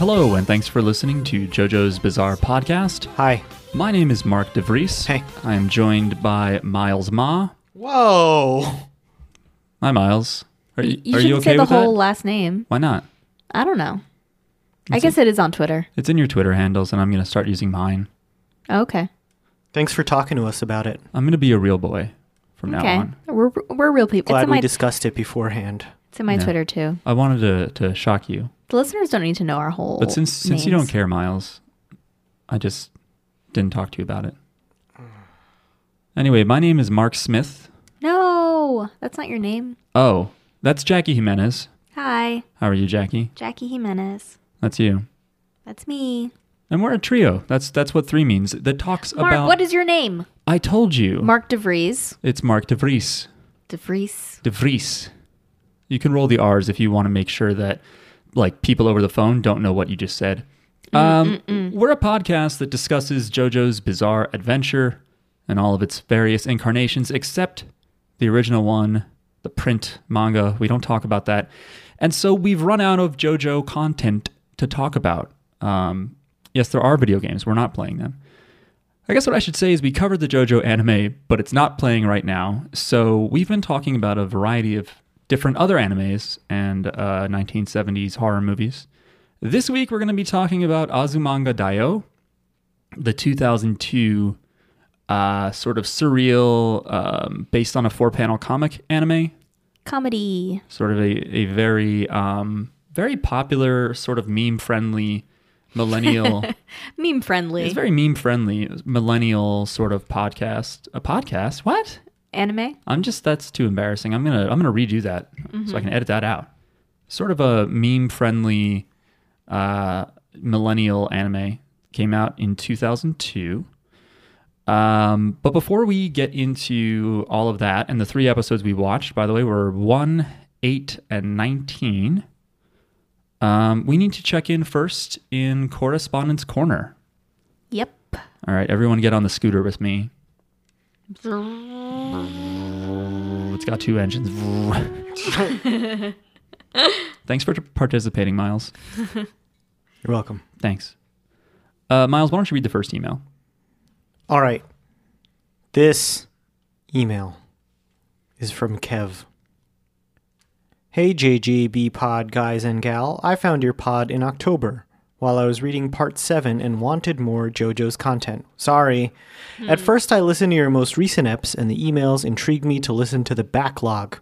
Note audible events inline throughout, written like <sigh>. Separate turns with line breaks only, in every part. Hello, and thanks for listening to JoJo's Bizarre Podcast.
Hi.
My name is Mark DeVries.
Hey.
I am joined by Miles Ma.
Whoa. <laughs>
Hi, Miles. Are you,
You
are
shouldn't
you okay
say the
with that?
whole last name.
Why not?
I don't know. I guess it is on Twitter. Oh,
It's in your Twitter handles, and I'm going to start using mine.
Okay.
Thanks for talking to us about it.
I'm going to be a real boy from now
Okay.
on.
We're we're real people. it's
Glad
in
we
my,
discussed it beforehand.
it's in my
Yeah.
Twitter too.
I wanted to, to shock you,
The listeners don't need to know our whole.
but since since you don't
names.
care, Miles, I just didn't talk to you about it. Anyway, my name is Mark Smith.
No, that's not your name.
Oh, that's Jackie Jimenez.
Hi,
How are you, Jackie?
Jackie Jimenez.
That's you.
That's me.
And we're a trio. That's that's what three means. That talks
Mark,
about.
what is your name?
I told you.
Mark DeVries.
It's Mark DeVries.
DeVries.
DeVries. You can roll the R's if you want to make sure that like people over the phone don't know what you just said.
Mm,
Um, we're a podcast that discusses JoJo's bizarre adventure and all of its various incarnations, except the original one, the print manga. We don't talk about that. And so we've run out of JoJo content to talk about. Um, yes, there are video games. We're not playing them. I guess what I should say is we covered the JoJo anime, but it's not playing right now. So we've been talking about a variety of different other animes and uh, 1970s horror movies. This week we're going to be talking about Azumanga Daioh, the 2002 uh, sort of surreal, um, based on a four panel comic anime
Comedy.
sort of a, a very um, very popular sort of meme friendly millennial
Meme friendly.
it's very meme friendly millennial sort of podcast a podcast what
Anime.
i'm just that's too embarrassing i'm gonna i'm gonna redo that so i can edit that out sort of a meme friendly uh, millennial anime came out in 2002 um, but before we get into all of that and the three episodes we watched by the way were 1 8 and 19 um, we need to check in first in correspondence corner
Yep.
all right everyone get on the scooter with me it's got two engines thanks for participating miles
You're welcome.
Thanks. Uh, Miles, why don't you read the first email?
All right. This email is from Kev. Hey, JJB pod guys and gal. I found your pod in October while I was reading part 7 and wanted more JoJo's content. Sorry. At first, I listened to your most recent EPs, and the emails intrigued me to listen to the backlog.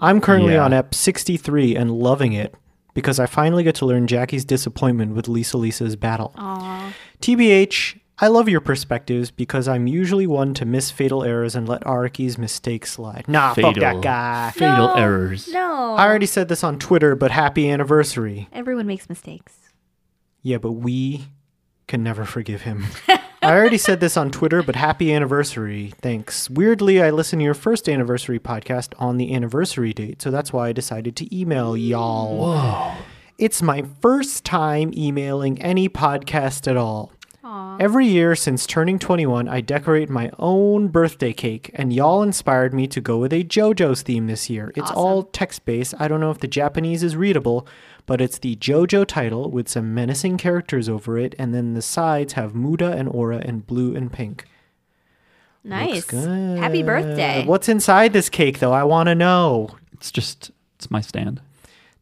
I'm currently
Yeah.
on EP 63 and loving it because I finally get to learn Jackie's disappointment with Lisa Lisa's battle.
Aw.
TBH, I love your perspectives because I'm usually one to miss fatal errors and let Araki's mistakes slide. Nah, fuck
Fatal.
that guy.
Fatal
No,
errors.
No.
I already said this on Twitter, but happy anniversary.
Everyone makes mistakes.
Yeah, but we can never forgive him. I already said this on Twitter, but happy anniversary. Thanks. Weirdly, I listened to your first anniversary podcast on the anniversary date, so that's why I decided to email y'all. It's my first time emailing any podcast at all. Every year since turning 21, I decorate my own birthday cake, and y'all inspired me to go with a JoJo's theme this year. It's all text based. I don't know if the Japanese is readable, but it's the JoJo title with some menacing characters over it, and then the sides have Muda and Aura in blue and pink.
Nice.
good.
Happy birthday.
Uh, what's inside this cake, though? I want to know.
It's just, it's my stand.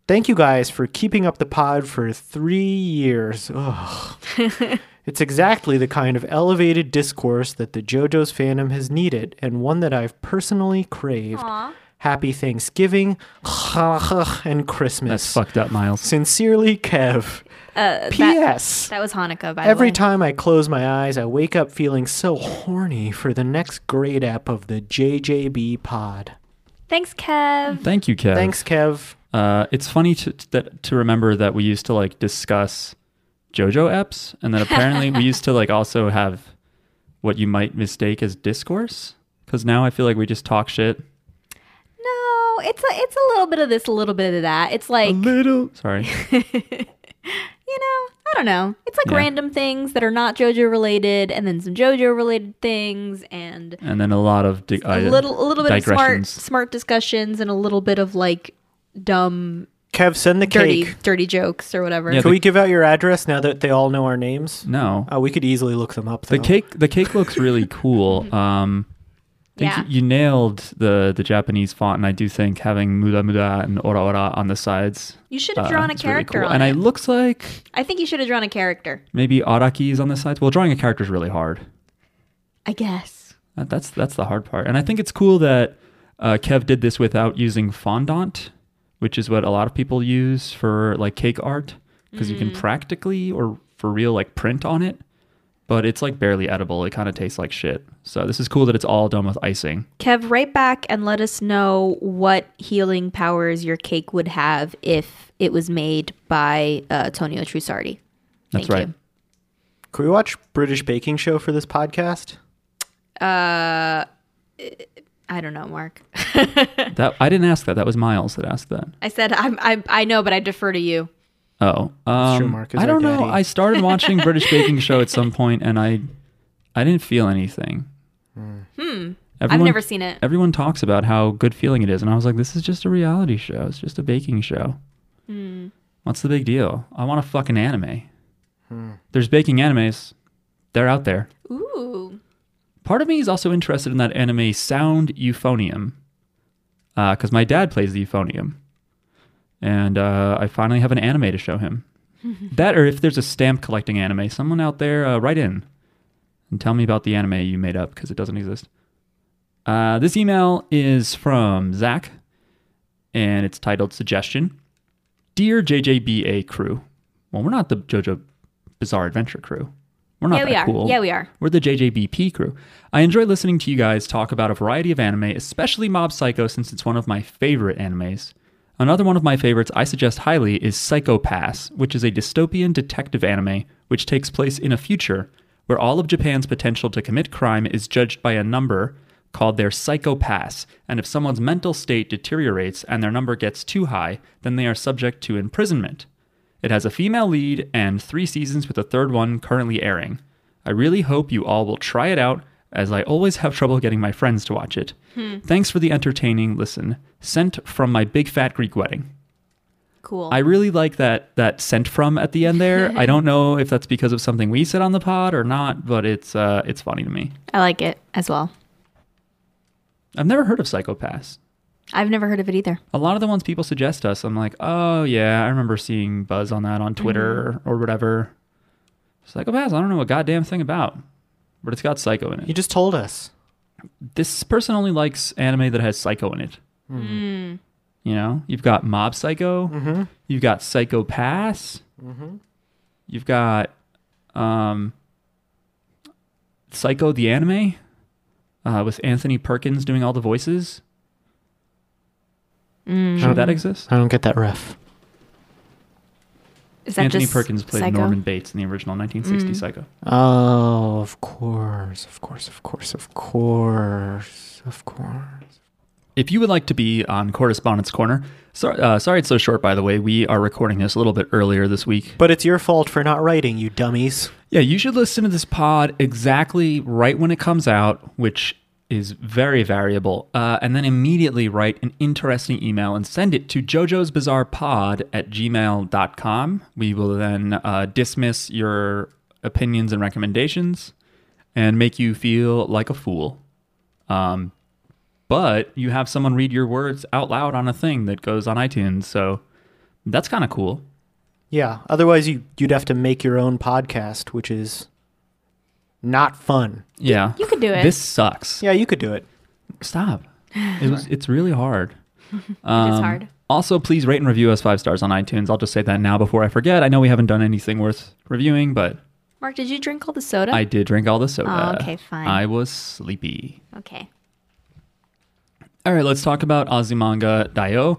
Thank you guys for keeping up the pod for three
<laughs>
years. Ugh. it's exactly the kind of elevated discourse that the JoJo's fandom has needed, and one that I've personally craved. Happy Thanksgiving <laughs> and
That's
Christmas.
fucked up, Miles.
Sincerely, Kev.
Uh, that,
P.S.
that was Hanukkah, by the way.
Every time I close my eyes, I wake up feeling so horny for the next grade app of the JJB pod.
Thanks, Kev.
Thank you, Kev.
Thanks, Kev.
Uh, it's funny to, that, to remember that we used to like discuss JoJo eps, and then apparently we used to like also have what you might mistake as discourse. Because now I feel like we just talk shit.
No, it's a it's a little bit of this, a little bit of that. It's like you know,
little. Sorry.
I don't know. It's like
Yeah.
random things that are not JoJo related, and then some JoJo related things, and
And then a lot of di- uh,
a little a little bit of smart
digressions.
smart discussions, and a little bit of like dumb
Kev, send the
dirty,
cake.
dirty jokes or whatever.
Yeah,
Can we give out your address now that they all know our names?
No,
Uh, we could easily look them up. Though.
Mm. the cake. The cake looks really
<laughs>
cool. Um, I think
Yeah.
you, you nailed the the Japanese font, and I do think having muda muda and ora ora on the sides.
you should have
uh,
drawn a
is really
character
cool.
on
and
it.
it looks like
I think you should have drawn a character.
maybe araki is on the sides. Well, drawing a character is really hard.
I guess.
That, that's that's the hard part. And I think it's cool that uh, Kev did this without using fondant, which is what a lot of people use for like cake art, because
Mm.
you can practically or for real like print on it, but it's like barely edible. It kind of tastes like shit. So this is cool that it's all done with icing.
Kev, write back and let us know what healing powers your cake would have if it was made by uh, Tonio Trusardi.
That's
Thank
right.
you. <laughs>
Could we watch British Baking Show for this podcast?
I don't know, Mark. <laughs>
That I didn't ask that. That was Miles that asked that.
I said I'm, I I know, but I defer to you.
Oh, um,
true, Mark is
I
our
don't know.
daddy.
I started watching
<laughs>
British Baking Show at some point, and I, I didn't feel anything. Hmm.
I've never seen it.
everyone talks about how good feeling it is and i was like this is just a reality show it's just a baking show what's the big deal i want a fucking anime there's baking animes they're out there
Ooh,
part of me is also interested in that anime sound euphonium because my dad plays the euphonium and uh, i finally have an anime to show
<laughs>
him that or if there's a stamp collecting anime someone out there uh, write in and tell me about the anime you made up because it doesn't exist uh, this email is from zach and it's titled suggestion dear jjba crew well we're not the jojo bizarre adventure crew we're not
yeah,
that
we are.
cool
Yeah, we are.
we're the JJBP crew. I enjoy listening to you guys talk about a variety of anime, especially Mob Psycho, since it's one of my favorite animes. Another one of my favorites I suggest highly is Psycho Pass, which is a dystopian detective anime which takes place in a future where all of Japan's potential to commit crime is judged by a number called their Psycho Pass, and if someone's mental state deteriorates and their number gets too high, then they are subject to imprisonment. It has a female lead and three seasons with a third one currently airing. I really hope you all will try it out, as I always have trouble getting my friends to watch it. Thanks for the entertaining listen. Sent from my big fat Greek wedding.
Cool.
I really like that that sent from at the end there. I don't know if that's because of something we said on the pod or not, but it's uh, it's funny to me.
I like it as well.
I've never heard of Psychopaths.
I've never heard of it either.
A lot of the ones people suggest us, I'm like, oh yeah, I remember seeing buzz on that on Twitter or whatever. Psychopaths, I don't know a goddamn thing about, but it's got psycho in it.
You just told us.
this person only likes anime that has psycho in it. You know, you've got Mob Psycho, you've got Psycho Pass, you've got um, Psycho the anime uh, with Anthony Perkins doing all the voices. Should that exist?
I don't get that ref.
Is that
Anthony
just
Perkins played
Psycho? Mm.
Norman Bates in the original 1960 Psycho.
Oh, of course, of course, of course, of course, of course.
If you would like to be on Correspondence Corner, so, uh, sorry it's so short, by the way. We are recording this a little bit earlier this week.
But it's your fault for not writing, you dummies.
Yeah, you should listen to this pod exactly right when it comes out, which is very variable, uh, and then immediately write an interesting email and send it to Jojo's Bizarre Pod at gmail.com. We will then uh, dismiss your opinions and recommendations and make you feel like a fool. Um, but you have someone read your words out loud on a thing that goes on iTunes, so that's kind of cool.
Yeah, otherwise you you'd have to make your own podcast, which is not fun.
Yeah.
You could do it.
This sucks.
Yeah, you could do it.
<sighs>
Stop. It was, it's really hard.
it is
Um,
hard.
Also, please rate and review us five stars on iTunes. I'll just say that now before I forget. I know we haven't done anything worth reviewing, but
Mark, did you drink all the soda?
I did drink all the soda.
Oh, okay, fine.
I was sleepy.
okay.
All right, let's talk about Azumanga Daioh.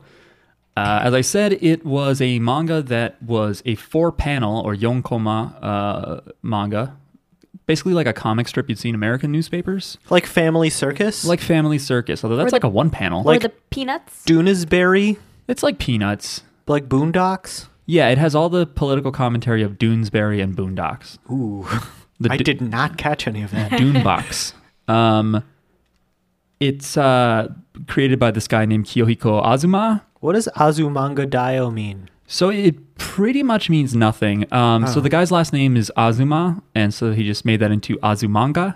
Uh, as I said, it was a manga that was a four panel or yonkoma uh, manga, basically like a comic strip you'd see in American newspapers,
Like Family Circus,
like Family Circus, although that's
the-
like a one panel.
Or
Like-
the peanuts?
Doonesbury,
it's like Peanuts.
like Boondocks.
Yeah, it has all the political commentary of Doonesbury and Boondocks.
Ooh,
The
I
Do-
did not catch any of that.
Doonbox. um, it's uh, created by this guy named Kiyohiko Azuma,
<laughs> What does Azumanga Daio mean?
So it pretty much means nothing. Um, So the guy's last name is Azuma, and so he just made that into Azumanga.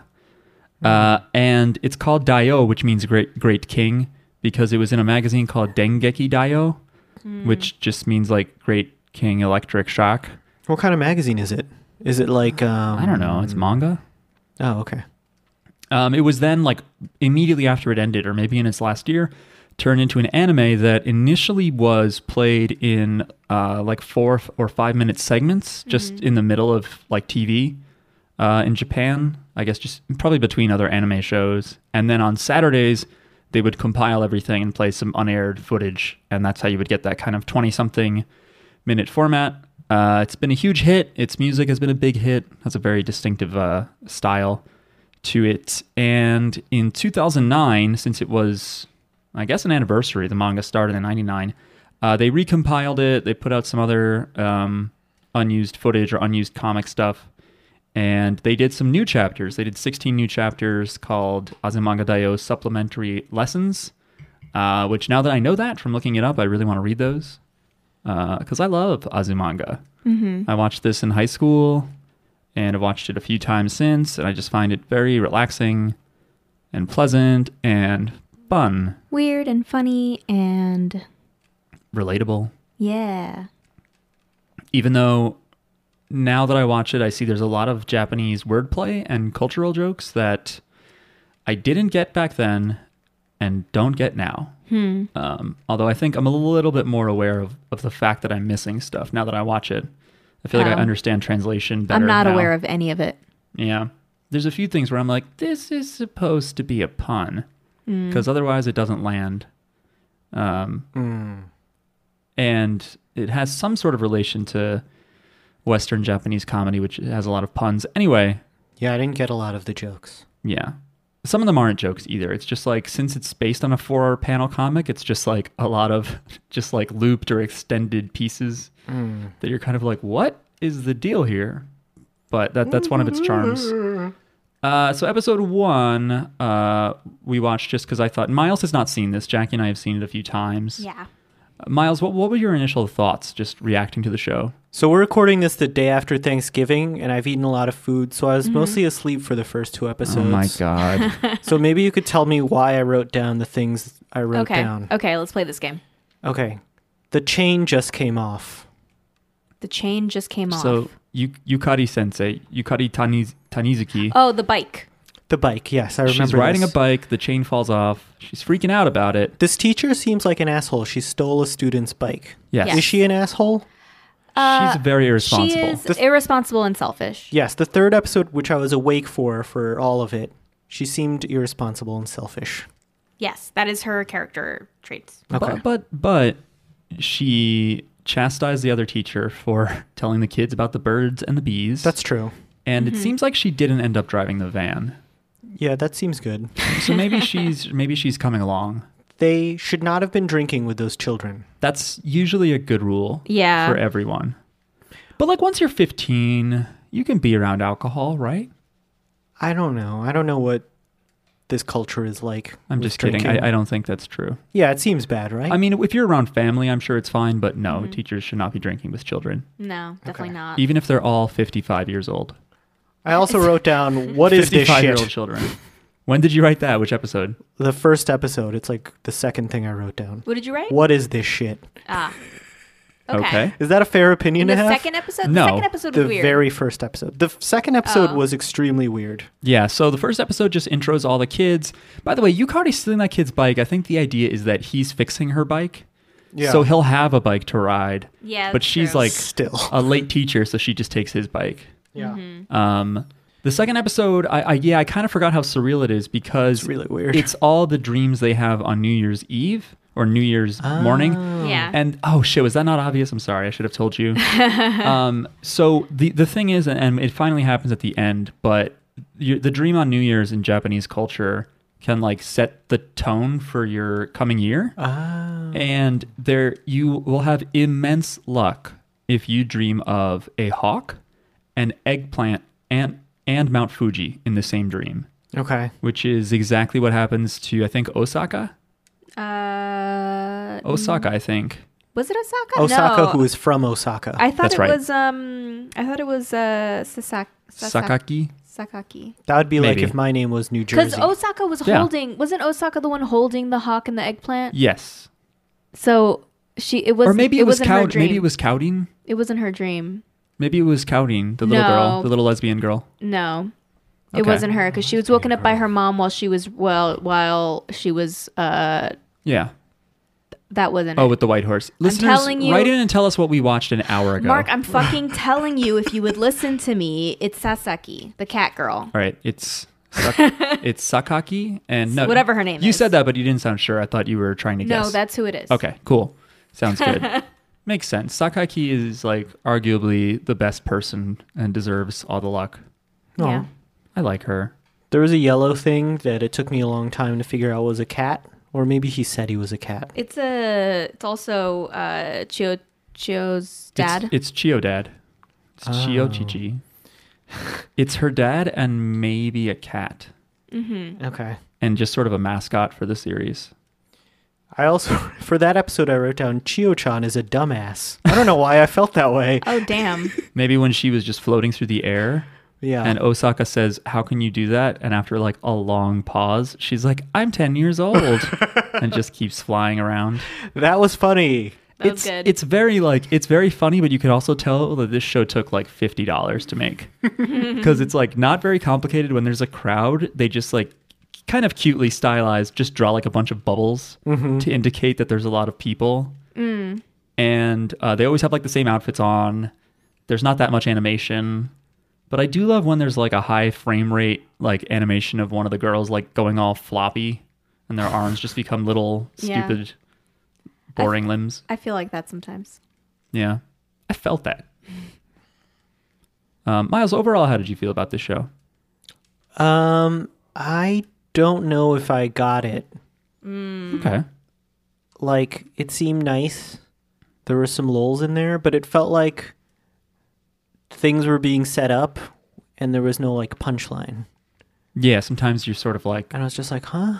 Uh, and it's called Daio, which means great great king, because it was in a magazine called Dengeki Daio, which just means like great king electric shock.
What kind of magazine is it? Is it like um,
I don't know. It's manga.
Oh, okay.
Um, it was then, like, immediately after it ended, or maybe in its last year, turned into an anime that initially was played in uh, like four f- or five minute segments, just in the middle of like TV uh, in Japan. I guess just probably between other anime shows, and then on Saturdays they would compile everything and play some unaired footage, and that's how you would get that kind of twenty something minute format. Uh, it's been a huge hit. Its music has been a big hit. Has a very distinctive uh, style to it. And in 2009, since it was, I guess, an anniversary, the manga started in 99, uh, they recompiled it. They put out some other um, unused footage or unused comic stuff. And they did some new chapters. They did 16 new chapters called Azumanga Daioh Supplementary Lessons, uh, which now that I know that from looking it up, I really want to read those because I love Azumanga. Mm-hmm. I watched this in high school and I've watched it a few times since, and I just find it very relaxing and pleasant and fun,
Weird and funny and
relatable.
yeah.
Even though now that I watch it, I see there's a lot of Japanese wordplay and cultural jokes that I didn't get back then and don't get now.
Hmm.
Um, although I think I'm a little bit more aware of, of the fact that I'm missing stuff now that I watch it. I feel like
Oh.
I understand translation better.
I'm not
now.
aware of any of it.
Yeah. There's a few things where I'm like, this is supposed to be a pun because otherwise it doesn't land. Um, And it has some sort of relation to Western Japanese comedy, which has a lot of puns. Anyway,
Yeah, I didn't get a lot of the jokes.
yeah. Some of them aren't jokes either. It's just like, since it's based on a four hour panel comic, it's just like a lot of <laughs> just like looped or extended pieces that you're kind of like, what is the deal here? But that, that's one of its charms. Uh, so episode one, uh, we watched just because I thought Miles has not seen this. Jackie and I have seen it a few times. Uh,
Yeah.
Miles, what what were your initial thoughts just reacting to the show?
So we're recording this the day after Thanksgiving, and I've eaten a lot of food, so I was mostly asleep for the first two episodes.
Mm-hmm. Oh god!
So maybe you could tell me why I wrote down the things I wrote
Okay.
down.
Okay, let's play this game.
Okay. The chain just came off.
The chain just
<laughs>
came
so
off.
Yu- Yukari Sensei, Yukari Taniz- Tanizuki,
Oh, the bike.
The bike, yes, I remember.
she's riding
this.
a bike. The chain falls off. She's freaking out about it.
This teacher seems like an asshole. She stole a student's bike.
Yes,
Yeah.
Is she an asshole?
she's very irresponsible.
Uh, She is
The-
irresponsible and selfish.
Yes, the third episode, which I was awake for, for all of it, she seemed irresponsible and selfish.
Yes, that is her character traits.
Okay.
But, but but she chastised the other teacher for <laughs> telling the kids about the birds and the bees.
That's true.
and
Mm-hmm.
it seems like she didn't end up driving the van.
Yeah, that seems good.
So
<laughs>
maybe she's maybe she's coming along.
They should not have been drinking with those children.
That's usually a good rule.
Yeah.
For everyone. But like once you're 15, you can be around alcohol, right?
I don't know. I don't know what this culture is like.
I'm
with
just kidding.
drinking.
I, I don't think that's true.
yeah, it seems bad, right?
I mean, if you're around family, I'm sure it's fine, but no, teachers should not be drinking with children,
No, definitely not.
even if they're all 55 years old.
I also wrote down what is this
55 year old
shit?
children. When did you write that? Which episode?
The first episode. It's like the second thing I wrote down.
What did you write?
What is this shit?
Ah. Okay.
Okay.
Is that a fair opinion
In the
to have?
second episode?
No.
The second episode
the
was weird.
very first episode. The f- second episode
Oh.
was extremely weird.
Yeah, so the first episode just intros all the kids. By the way, Yukari's stealing that kid's bike. I think the idea is that he's fixing her bike.
Yeah.
So he'll have a bike to ride.
Yeah,
But
that's
she's
true.
like <laughs>
Still.
a late teacher, so she just takes his bike.
Yeah.
Um, the second episode, I, I yeah, I kind of forgot how surreal it is because
It's really weird.
It's all the dreams they have on New Year's Eve or New Year's morning.
Ah.
yeah.
And oh shit, was that not obvious? I'm sorry, I should have told
<laughs>
you. um, so the the thing is, and, and it finally happens at the end, but you, the dream on New Year's in Japanese culture can like set the tone for your coming year,
Ah.
and there you will have immense luck if you dream of a hawk, an eggplant, and and Mount Fuji in the same dream,
<laughs> Okay.
which is exactly what happens to I think Osaka.
uh,
Osaka, I think.
Was it Osaka?
Osaka,
no.
who is from Osaka.
I thought
That's
it
right.
was um I thought it was uh Sasaki.
Sakaki.
Sakaki.
that would be
Maybe.
like if my name was New
Because
Jersey.
Osaka was
Yeah.
holding wasn't Osaka the one holding the hawk and the eggplant?
Yes.
So she it was
Or maybe it, was
wasn't her
Cowd-
dream.
maybe it was Cowding.
it wasn't her dream.
Maybe it was Cowding, the little girl,
No.
the little lesbian girl.
No. It
Okay.
wasn't her because she was woken up by her mom while she was well while she was uh
Yeah.
that wasn't
Oh,
it.
with the white horse. Listeners,
telling you-
write in and tell us what we watched an hour ago.
Mark, I'm fucking telling you if you would listen to me, it's Sasaki, the cat girl.
All right, it's
<laughs>
Sak- it's Sakaki and no,
Whatever her name
You
is.
said that, but you didn't sound sure. I thought you were trying to guess.
No, that's who it is.
okay. Cool. Sounds
<laughs>
good. Makes sense. Sakaki is like arguably the best person and deserves all the luck.
Oh.
Yeah.
I like her.
There was a yellow thing that it took me a long time to figure out was a cat, or maybe he said he was a cat.
It's a. It's also uh, Chio
It's-
Chio's dad.
It's, Chio dad. It's Chio Chichi. It's her dad and maybe a cat
Okay.
and just sort of a mascot for the series.
I also, <laughs> for that episode, I wrote down Chio chan is a dumbass. I don't know why I felt that way.
oh
<laughs>
damn!
Maybe when she was just floating through the air
Yeah.
And Osaka says, "How can you do that?" And after like a long pause, she's like, "I'm 10 years old." and just keeps flying around.
that was funny.
That was
it's
good.
it's very like it's very funny, but you can also tell that this show took like $50 to
<laughs>
make. Cuz it's like not very complicated when there's a crowd, they just like kind of cutely stylized just draw like a bunch of bubbles to indicate that there's a lot of people.
Mm.
And uh, they always have like the same outfits on. There's not that much animation. But I do love when there's like a high frame rate like animation of one of the girls like going all floppy and their arms just become little
Yeah.
stupid boring limbs.
I feel like that sometimes.
Yeah. I felt that. Um, Miles, overall, how did you feel about this show?
Um, I don't know if I got it. Mm.
Okay.
Like, it seemed nice. There were some lulls in there, but it felt like things were being set up and there was no like punchline.
Yeah, sometimes you're sort of like,
And I was just like, huh?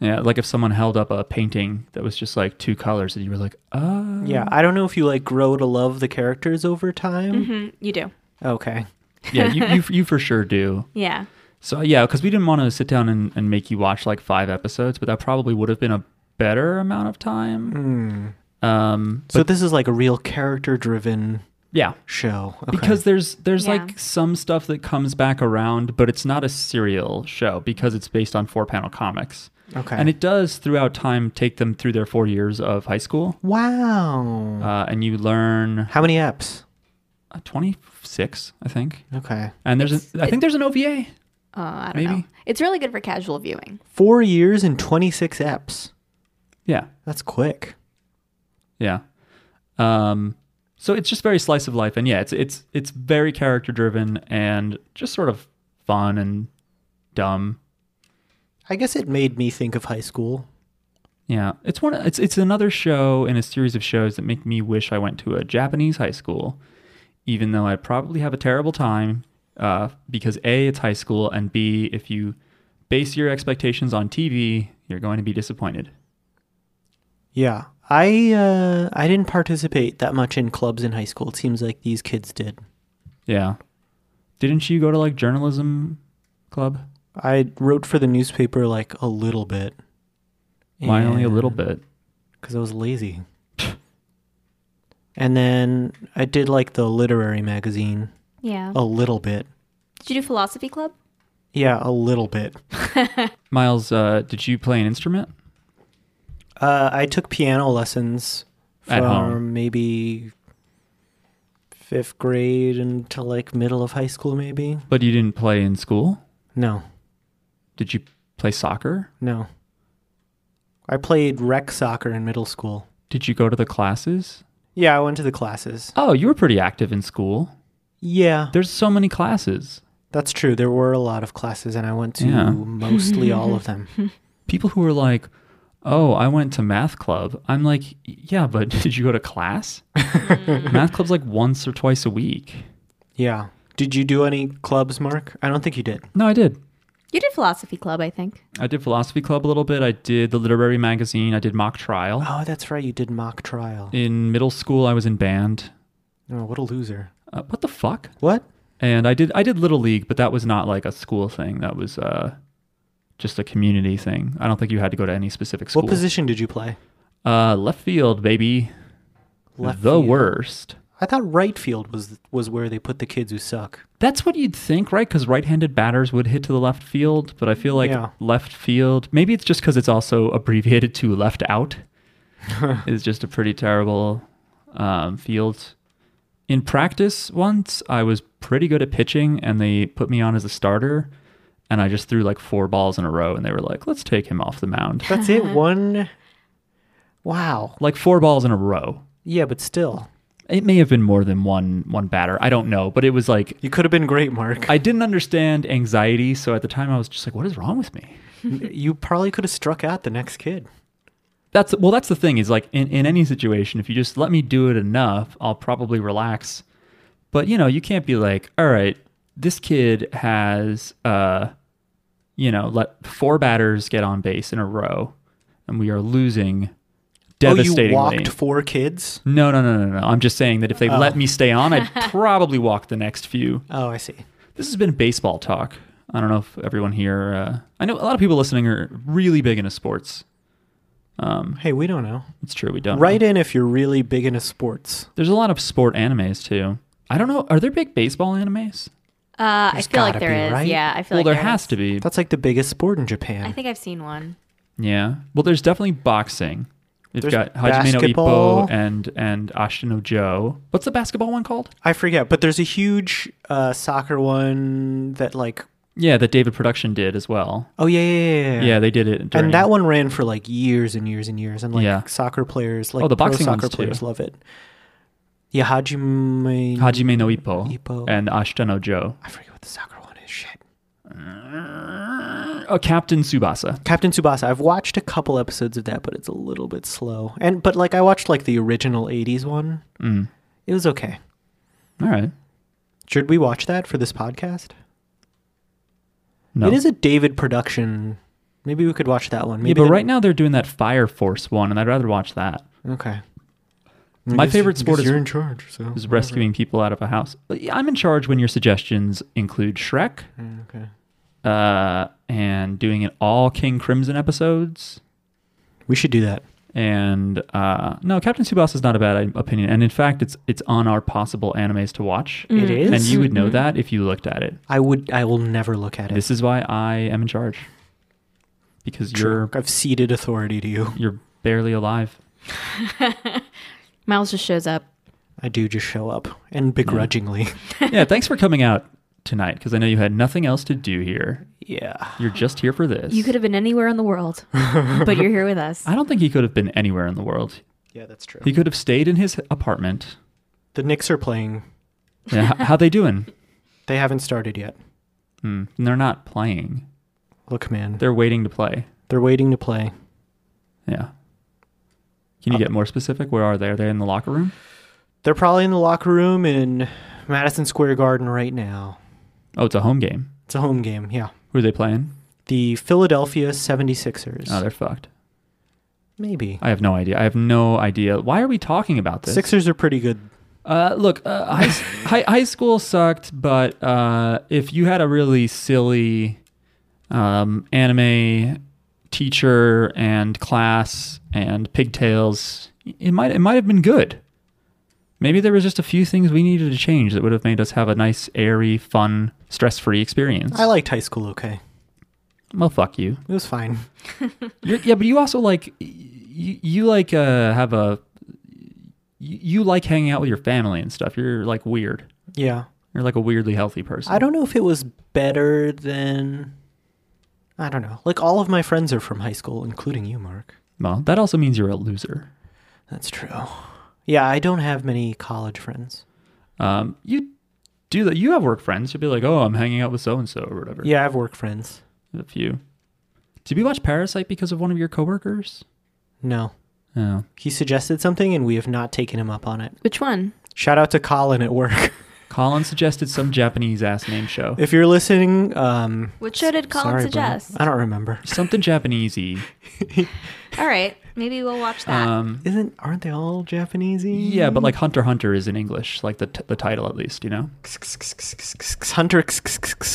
yeah, like if someone held up a painting that was just like two colors and you were like, oh.
Yeah, I don't know if you like grow to love the characters over time.
Hmm, You do.
Okay.
Yeah, you,
<laughs>
you, you for sure do.
Yeah.
So yeah, because we didn't want to sit down and, and make you watch like five episodes, but that probably would have been a better amount of time. Um,
Mm. So this is like a real character driven
yeah,
show. Okay.
because there's there's
Yeah.
like some stuff that comes back around, but it's not a serial show because it's based on four panel comics,
okay.
and it does throughout time take them through their four years of high school,
wow.
uh, and you learn
How many apps?
uh, 26, I think,
Okay.
and there's an, I think there's an OVA.
Uh, I don't
Maybe.
know. It's really good for casual viewing.
4 years and 26 apps.
Yeah,
That's quick.
Yeah. Um so it's just very slice of life and yeah, it's it's it's very character driven and just sort of fun and dumb.
I guess it made me think of high school.
Yeah. It's one it's it's another show in a series of shows that make me wish I went to a Japanese high school even though I'd probably have a terrible time uh because A it's high school and B if you base your expectations on TV, you're going to be disappointed.
Yeah. I uh I didn't participate that much in clubs in high school. It seems like these kids did.
Yeah. Didn't you go to like journalism club?
I wrote for the newspaper like a little bit.
Why only a little bit?
Cuz I was lazy. and then I did like the literary magazine
Yeah.
a little bit.
Did you do philosophy club?
Yeah, a little bit.
Miles, uh, did you play an instrument?
Uh, I took piano lessons
At home.
from maybe fifth grade until like middle of high school, maybe.
But you didn't play in school?
No,
Did you play soccer?
no. I played rec soccer in middle school.
Did you go to the classes?
Yeah, I went to the classes.
Oh, you were pretty active in school.
Yeah,
There's so many classes.
that's true. There were a lot of classes, and I went to
Yeah.
mostly all of them.
People who are like, oh, I went to math club. I'm like, yeah, but <laughs> did you go to class? math club's like once or twice a week.
Yeah. Did you do any clubs, Mark? I don't think you did.
No, I did.
You did philosophy club, I think.
I did philosophy club a little bit. I did the literary magazine. I did mock trial.
Oh, that's right. You did mock trial.
In middle school, I was in band.
Oh, what a loser.
Uh, what the fuck?
What?
And I did I did little league, but that was not like a school thing. That was uh, just a community thing. I don't think you had to go to any specific school.
What position did you play?
Uh, left field, baby.
Left
the
field.
worst.
I thought right field was was where they put the kids who suck.
That's what you'd think, right? Because right-handed batters would hit to the left field, but I feel like
Yeah.
left field. Maybe it's just because it's also abbreviated to left out. is just a pretty terrible um, field. In practice, once I was pretty good at pitching, and they put me on as a starter, and I just threw like four balls in a row, and they were like, "Let's take him off the mound."
That's it. One. Wow.
like four balls in a row.
Yeah, but still,
It may have been more than one one batter. I don't know, but it was like
you could have been
<laughs>
great, Mark.
I didn't understand anxiety, so at the time I was just like, "What is wrong with me?"
you probably could have struck out the next kid.
That's well, that's the thing is like in, in any situation, if you just let me do it enough, I'll probably relax. But you know, you can't be like, all right, this kid has uh you know, let four batters get on base in a row and we are losing
Oh, you
devastatingly.
walked Oh. four kids.
no, no, no, no, no. I'm just saying that if they let me stay on,
<laughs>
I'd probably walk the next few.
Oh, I see.
This has been baseball talk. I don't know if everyone here. Uh, I know a lot of people listening are really big into sports.
Hey, we don't know.
It's true, we don't. know.
Write in if you're really big into sports.
There's a lot of sport animes too. I don't know. Are there big baseball animes?
Uh, I
There's
feel like
gotta
there
be,
is.
right?
Yeah, I feel
well,
like
there has
is.
to be.
That's like the biggest sport in Japan.
I think I've seen one.
Yeah. Well, there's definitely boxing. We've
There's
got Hajime no
basketball.
Ippo and and Ashino Joe. What's the basketball one called?
I forget, but there's a huge uh, soccer one that like.
Yeah, that David Production did as well.
Oh yeah, yeah, yeah. yeah.
Yeah, they did it. During,
and that one ran for like years and years and years, and like
Yeah.
soccer players, like
Oh, the
pro
boxing
soccer
ones, too.
players love it. Yeah, Hajime.
Hajime no Ippo,
Ippo.
and Ashino Joe.
I forget what the soccer one is. Shit.
Oh, Captain Tsubasa.
Captain Tsubasa. I've watched a couple episodes of that, but it's a little bit slow. And but like I watched like the original '80s one.
Mm.
It was okay.
All right.
Should we watch that for this podcast?
No.
It is a David production. Maybe we could watch that one. Maybe
yeah, but right now they're doing that Fire Force one, and I'd rather watch that.
now. Okay.
My favorite sport is
you're in charge. So
is rescuing people out of a house. But yeah, I'm in charge when your suggestions include Shrek
Okay.
uh, and doing an all King Crimson episodes.
We should do that.
And uh, no, Captain Tsubasa is not a bad uh, opinion, and in fact, it's it's on our possible animes to watch.
Mm-hmm.
It is.
And you would know that if you looked at it.
I would. I will never look at it.
This is why I am in charge, because
True.
you're
I've ceded authority to you.
you're barely alive.
Miles just shows up.
I do just show up
<laughs>
and begrudgingly.
<laughs>
yeah, thanks for coming out tonight, because I know you had nothing else to do here.
Yeah.
You're just here for this.
You could have been anywhere in the world, but you're here with
<laughs>
us.
I don't think he could have been anywhere in the world.
Yeah, that's true.
He could have stayed in his apartment.
The Knicks are playing.
Yeah, h- how they
<laughs>
doing?
They haven't started yet.
Hmm. And They're not playing.
Look, man, they're,
They're waiting to play.
waiting to play.
Yeah. Can you get more specific? Where are they? Are they in the locker room?
They're probably in the locker room in Madison Square Garden right now.
Oh, it's a home game.
It's a home game. Yeah.
Who are they playing?
The Philadelphia 76ers.
Oh, they're fucked.
Maybe.
I have no idea. I have no idea. Why are we talking about this?
Sixers are pretty good.
Uh, look, uh, high, high high school sucked, but uh, if you had a really silly um, anime teacher and class and pigtails, it might it might have been good. Maybe there was just a few things we needed to change that would have made us have a nice, airy, fun, stress-free experience.
I liked high school okay.
well, fuck you.
It was fine.
You're, yeah, but you also like you, you like uh, have a you, you like hanging out with your family and stuff. You're like weird.
Yeah.
You're like a weirdly healthy person.
I don't know if it was better than. I don't know. Like, all of my friends are from high school, including you, Mark.
well, that also means you're a loser.
That's true. Yeah, I don't have many college friends.
Um, you do that. You have work friends. You'll be like, oh, I'm hanging out with so and so or whatever.
Yeah, I have work friends.
a few. Did we watch Parasite because of one of your coworkers?
No.
No.
He suggested something, and we have not taken him up on it.
Which one?
Shout out to Colin at work. <laughs>
Colin suggested some Japanese ass name show.
If you're listening, um,
What show did Colin
sorry, bro. <laughs>
suggest?
I don't remember.
Something Japanesey.
All right, maybe we'll watch that.
Um,
Isn't aren't they all Japanesey?
yeah, but like <laughs> Hunter x Hunter is in English, like the t- the title at least, you know.
Hunter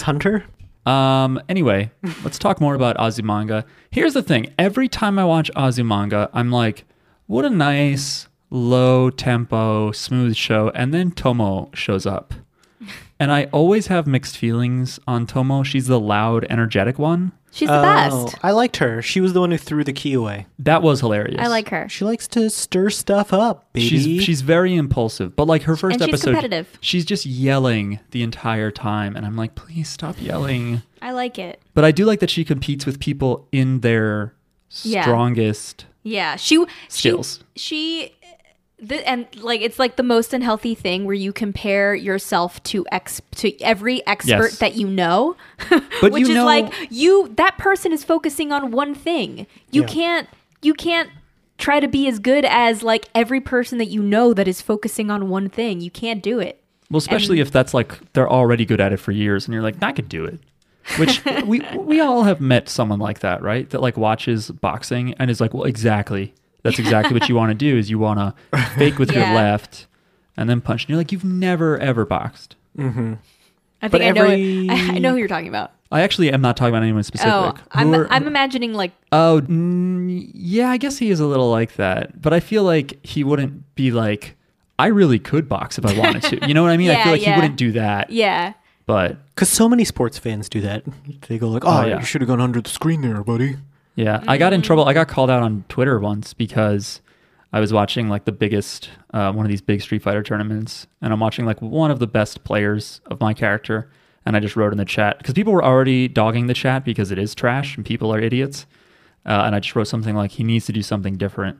Hunter.
Um, anyway, let's talk more about Azumanga. Here's the thing every time I watch Azumanga, I'm like, what a nice, low tempo, smooth show. And then Tomo shows
<laughs>
up. And I always have mixed feelings on Tomo. She's the loud, energetic one.
She's the
Oh,
best.
I liked her. She was the one who threw the key away.
That was
oh.
hilarious.
I like her.
She likes to stir stuff up, baby.
She's she's very impulsive, but like her first
And she's
episode,
competitive.
she's just yelling the entire time, and I'm like, please stop yelling.
I like it.
But I do like that she competes with people in their
Yeah.
strongest
Yeah, she she-
Skills.
She, th- and like it's like the most unhealthy thing where you compare yourself to ex to every expert
Yes.
that you know,
<laughs> But
which
you
is
know-
like you that person is focusing on one thing. You
Yeah.
can't you can't try to be as good as like every person that you know that is focusing on one thing. You can't do it.
Well, especially if that's like they're already good at it for years, and you're like, I could do it.
<laughs>
Which we we all have met someone like that, right? That like watches boxing and is like, well, exactly. That's exactly what you want to do. Is you want to fake with
Yeah.
your left and then punch. And you're like, you've never ever boxed.
I
But
think I know
every-
it. <laughs> I, I know who you're talking about.
I actually am not talking about anyone specific.
Oh,
Who
I'm
are-
I'm imagining like
oh, mm, yeah. I guess he is a little like that, but I feel like he wouldn't be like, I really could box if I wanted to. You know what I mean? I
<laughs> Yeah,
feel like he
yeah.
wouldn't do that,
yeah.
but
Because so many sports fans do that. They go like, "Oh,
yeah.
you should have gone under the screen there, buddy."
Yeah, I got in trouble. I got called out on Twitter once because I was watching like the biggest, uh, one of these big Street Fighter tournaments, and I'm watching like one of the best players of my character. And I just wrote in the chat because people were already dogging the chat because it is trash and people are idiots. Uh, and I just wrote something like, he needs to do something different.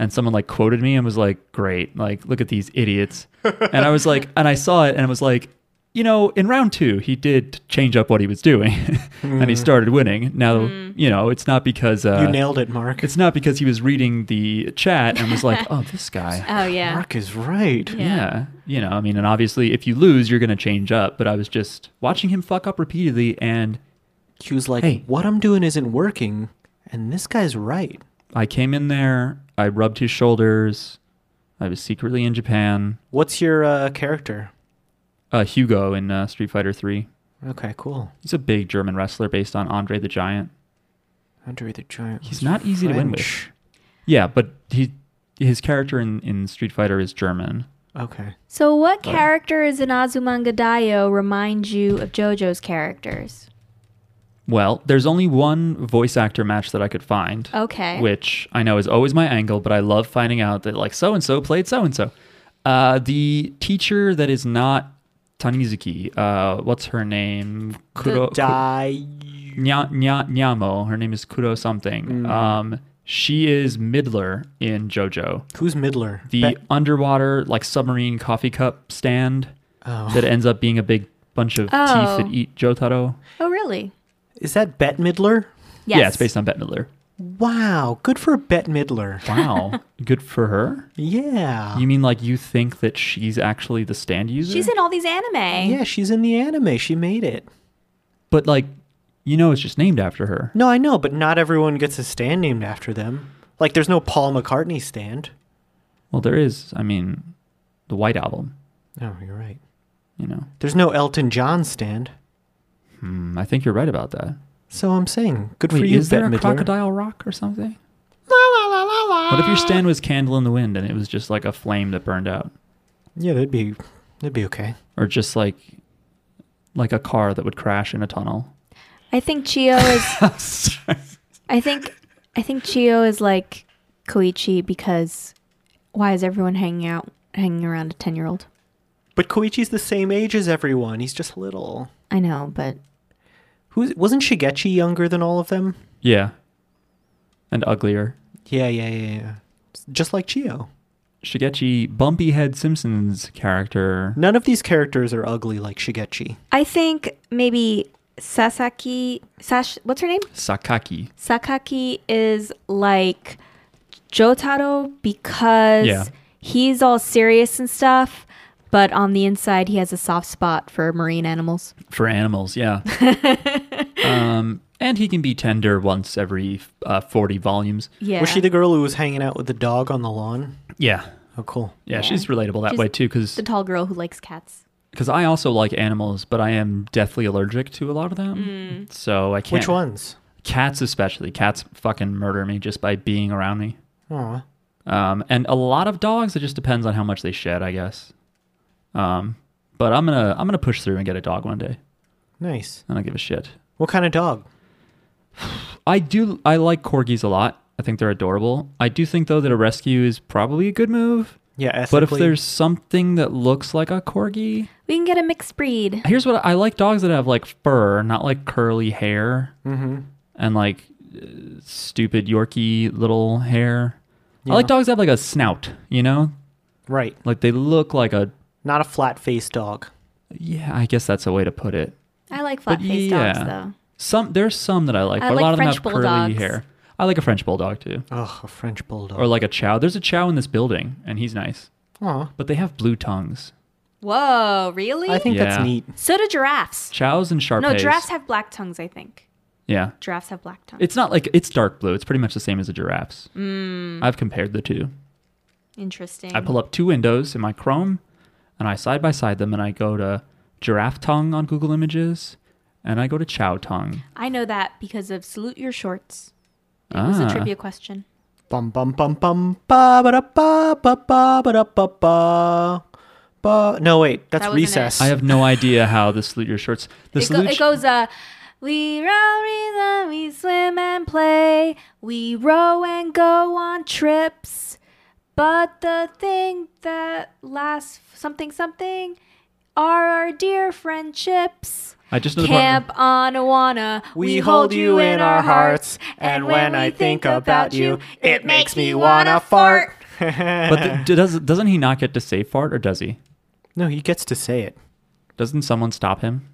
And someone like quoted me and was like, great, like, look at these idiots.
<laughs>
and I was like, and I saw it and I was like, you know, in round two, he did change up what he was doing <laughs> and he started winning. Now, you know, it's not because uh,
Mm. you nailed it, Mark.
it's not because he was reading the chat and was like, oh, this guy.
Oh yeah.
Mark is right.
Yeah. You know, I mean, and obviously if you lose, you're going to change up. But I was just watching him fuck up repeatedly and
He was like,
Hey.
"What I'm doing isn't working," and this guy's right.
I came in there, I rubbed his shoulders. I was secretly in Japan.
What's your uh, character?
Uh, Hugo in uh, Street Fighter 3.
Okay, cool.
He's a big German wrestler based on Andre the Giant.
Andre the Giant.
He's
was
not easy to win with.
French.
Yeah, but he his character in, in Street Fighter is German.
Okay.
So, what characters in Azumanga Daioh remind you of JoJo's characters?
Well, there's only one voice actor match that I could find.
Okay.
Which I know is always my angle, but I love finding out that like so and so played so and so. Uh the teacher that is not Tanizuki, uh what's her name? Kuro, Ku-
Die.
Nya, Nya, Nyamo. Her name is Kuro something. Um she is Midler in JoJo.
Who's Midler?
the
Be-
underwater like submarine coffee cup stand
Oh.
that ends up being a big bunch of
Oh.
teeth that eat Jotaro.
oh, really?
is that Bette Midler?
Yes.
Yeah, it's based on Bette Midler.
<laughs>
Wow, good for Bette Midler.
Wow, good for her.
Yeah.
You mean like you think that she's actually the stand user?
She's in all these anime.
yeah, she's in the anime. She made it.
but like, you know, it's just named after her.
No, I know, but not everyone gets a stand named after them. Like, there's no Paul McCartney stand.
Well, there is. I mean, the White Album.
No, you're right.
You know,
There's no Elton John stand.
Hmm, I think you're right about that.
So I'm saying, good for
Wait,
you,
is there
Bette
a
Midler.
crocodile rock or something? What if
Uh,
your stand was candle in the wind and it was just like a flame that burned out?
Yeah, that'd be that'd be okay.
or just like like a car that would crash in a
<laughs>
tunnel.
I think Chio is. I think, I think Chio is like Koichi because why is everyone hanging out, hanging around a ten-year-old?
But Koichi's the same age as everyone. He's just little.
I know, but
Who's wasn't Shigechi younger than all of them?
Yeah. And uglier.
Yeah, yeah, yeah, yeah. Just like Chio.
Shigechi Bumpy Head Simpson's character.
None of these characters are ugly like Shigechi.
I think maybe Sasaki. Sash. What's her name?
Sakaki.
Sakaki is like Jotaro because
Yeah.
he's all serious and stuff, but on the inside, he has a soft spot for marine animals.
for animals.
<laughs>
Yeah. um, and he can be tender once every uh, 40 volumes.
Yeah.
Was she the girl who was hanging out with the dog on the lawn?
Yeah.
Oh, cool.
Yeah,
Yeah.
she's relatable that
She's-
way too, because
the tall girl who likes cats?
I also like animals, but I am deathly allergic to a lot of them.
Mm.
So I can't.
Which ones?
Cats especially. Cats fucking murder me just by being around me.
Aw.
Um, and a lot of dogs. It just depends on how much they shed, I guess. Um, but I'm gonna I'm gonna push through and get a dog one day.
Nice.
I don't give a shit.
What kind of dog?
I do. I like corgis a lot. I think they're adorable. I do think though that a rescue is probably a good move.
Yeah, ethically.
But if there's something that looks like a corgi,
We can get a mixed breed.
here's what I like: dogs that have like fur, not like curly hair
Mm-hmm.
and like uh, stupid Yorkie little hair. I like dogs that have like a snout. You know,
Right.
like they look like a.
Not a flat faced dog.
Yeah, I guess that's a way to put it.
I like
But
flat faced
yeah.
dogs though.
Some there's some that I like,
I
but
like
a lot
French
of them have curly
bulldogs.
hair. I like a French bulldog too,
Ugh, a French bulldog.
or like a Chow. There's a Chow in this building, and he's nice,
Aw.
but they have blue tongues.
Whoa, really?
I think
Yeah.
that's neat.
so do giraffes.
Chows and Shar.
No, giraffes have black tongues. I think
yeah,
giraffes have black tongues.
it's not like it's dark blue. It's pretty much the same as the giraffes.
Mm.
I've compared the two.
Interesting.
I pull up two windows in my Chrome, and I side by side them, and I go to giraffe tongue on Google Images, and I go to Chow tongue.
I know that because of salute your shorts. It was a
Ah.
trivia question.
Bum bum bum bum ba ba da ba ba ba ba da ba ba. Ba. No, wait, that's
That wasn't it.
recess.
I have no idea how the salute your shorts. The
It, go,
salute.
it goes, uh, we row, reason, we swim and play. We row and go on trips. But the thing that lasts something something are our dear friendships.
I just know the part.
Camp Anawana,
We hold you in our hearts, and when I think about you, it makes me wanna fart.
But the, d- does doesn't he not get to say fart or does he?
No, he gets to say it.
Doesn't someone stop him?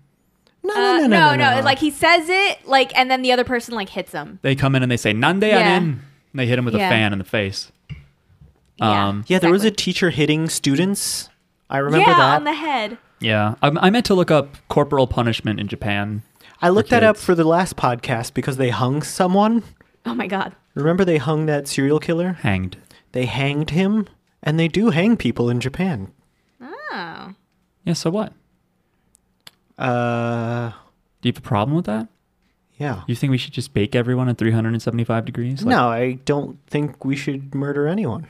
No,
Uh,
no, no, no, no, no.
Like he says it, like, and then the other person like hits him.
They come in and they say Nande
Yeah.
anin. And they hit him with
Yeah.
a fan in the face.
Yeah.
Um,
yeah, there was a
Exactly.
teacher hitting students. I remember
yeah,
that.
on the head.
Yeah, I, I meant to look up corporal punishment in Japan.
I looked
for
that up
kids.
for the last podcast because they hung someone.
Oh my god.
Remember they hung that serial killer?
Hanged.
They hanged him, and they do hang people in Japan.
Oh.
Yeah. So what?
Uh,
Do you have a problem with that?
yeah.
You think we should just bake everyone at 375 degrees? Like,
no, I don't think we should murder anyone.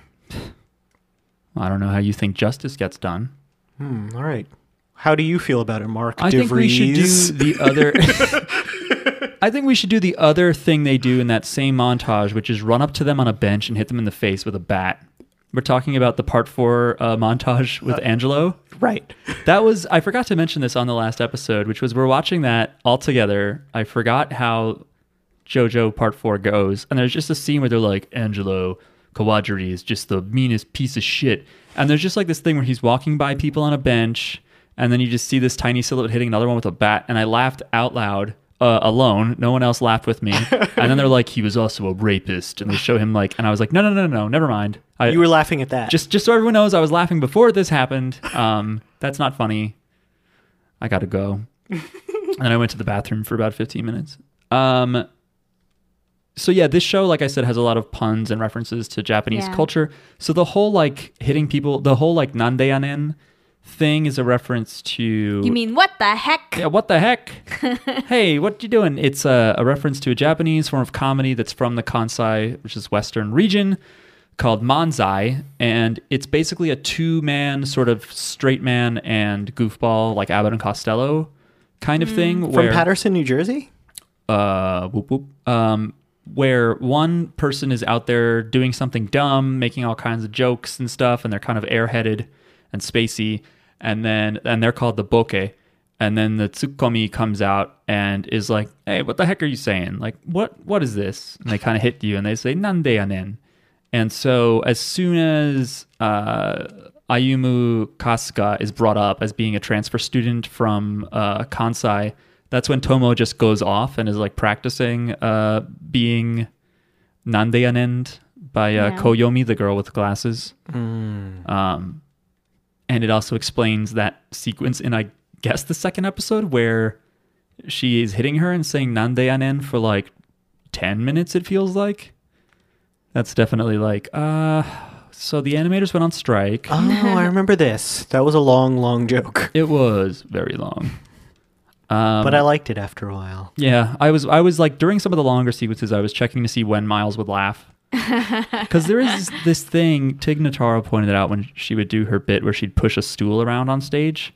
I don't know how you think justice gets done.
Hmm, all right. How do you feel about it, Mark
I think we should do the other. <laughs> I think we should do the other thing they do in that same montage, which is run up to them on a bench and hit them in the face with a bat. We're talking about the part four uh, montage with Angelo.
right.
That was I forgot to mention this on the last episode, which was we're watching that all together. I forgot how JoJo Part Four goes, and there's just a scene where they're like Angelo Kawajiri is just the meanest piece of shit, and there's just like this thing where he's walking by people on a bench, and then you just see this tiny silhouette hitting another one with a bat, and I laughed out loud. Uh, alone, no one else laughed
<laughs>
with me, and then they're like, "He was also a rapist," and they show him like, and I was like, "No, no, no, no, never mind." I,
<laughs> You were laughing at that.
just just so everyone knows, I was laughing before this happened.
<laughs>
Um, that's not funny. I gotta go. and then I went to the bathroom for about 15 minutes. Um, so yeah, this show, like I said, has a lot of puns and references to Japanese
Yeah.
culture. So the whole like hitting people, the whole like nande anen thing is a reference to
You mean what the heck?
yeah, what the heck? hey, what you doing? It's a, a reference to a Japanese form of comedy that's from the Kansai, which is Western region, called manzai, and it's basically a two-man sort of straight man and goofball, like Abbott and Costello, kind of thing.
From
where,
Patterson,
<laughs>
New Jersey?
uh, whoop whoop, um, where one person is out there doing something dumb, making all kinds of jokes and stuff, and they're kind of airheaded and spacey, and then and they're called the bokeh, and then the tsukomi comes out and is like, "Hey, what the heck are you saying? Like, what what is this?" And they kind of hit you, and they say, "Nande anen." And so as soon as uh, Ayumu Kasuga is brought up as being a transfer student from uh, Kansai, that's when Tomo just goes off and is like practicing uh, being Nandeanend by uh,
Yeah.
Koyomi, the girl with the glasses. Um, and it also explains that sequence in I guess the second episode where she is hitting her and saying "nande anen" for like ten minutes. It feels like that's definitely like uh. So the animators went on strike.
Oh, I remember this. That was a long, long joke,
It was very long. Um,
but I liked it after a while.
yeah, I was I was like during some of the longer sequences, I was checking to see when Miles would
<laughs>
laugh. Because there is this thing Tig Notaro pointed out when she would do her bit where she'd push a stool around on stage,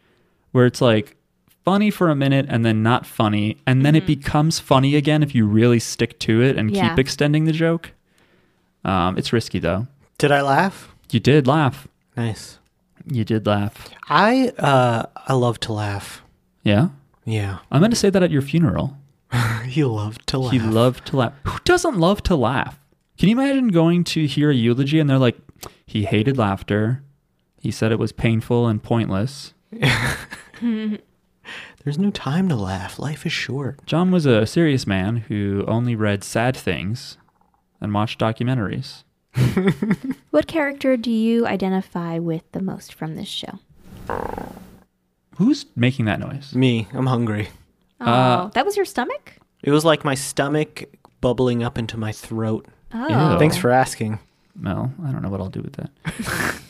where it's like funny for a minute and then not funny, and then it
Mm-hmm.
becomes funny again if you really stick to it and
Yeah.
keep extending the joke. Um, it's risky though.
Did I laugh?
You did laugh.
Nice.
You did laugh.
I uh, I love to laugh.
Yeah,
Yeah,
I'm going to say that at your funeral.
he loved to laugh.
He loved to laugh. Who doesn't love to laugh? Can you imagine going to hear a eulogy and they're like, he hated laughter. He said it was painful and pointless.
There's no time to laugh. Life is short.
John was a serious man who only read sad things and watched documentaries.
What character do you identify with the most from this show?
Who's making that noise?
Me, I'm hungry.
Oh,
Uh,
that was your stomach?
It was like my stomach bubbling up into my throat.
Oh.
Ew.
Thanks for asking.
Well, I don't know what I'll do with
<laughs>
that.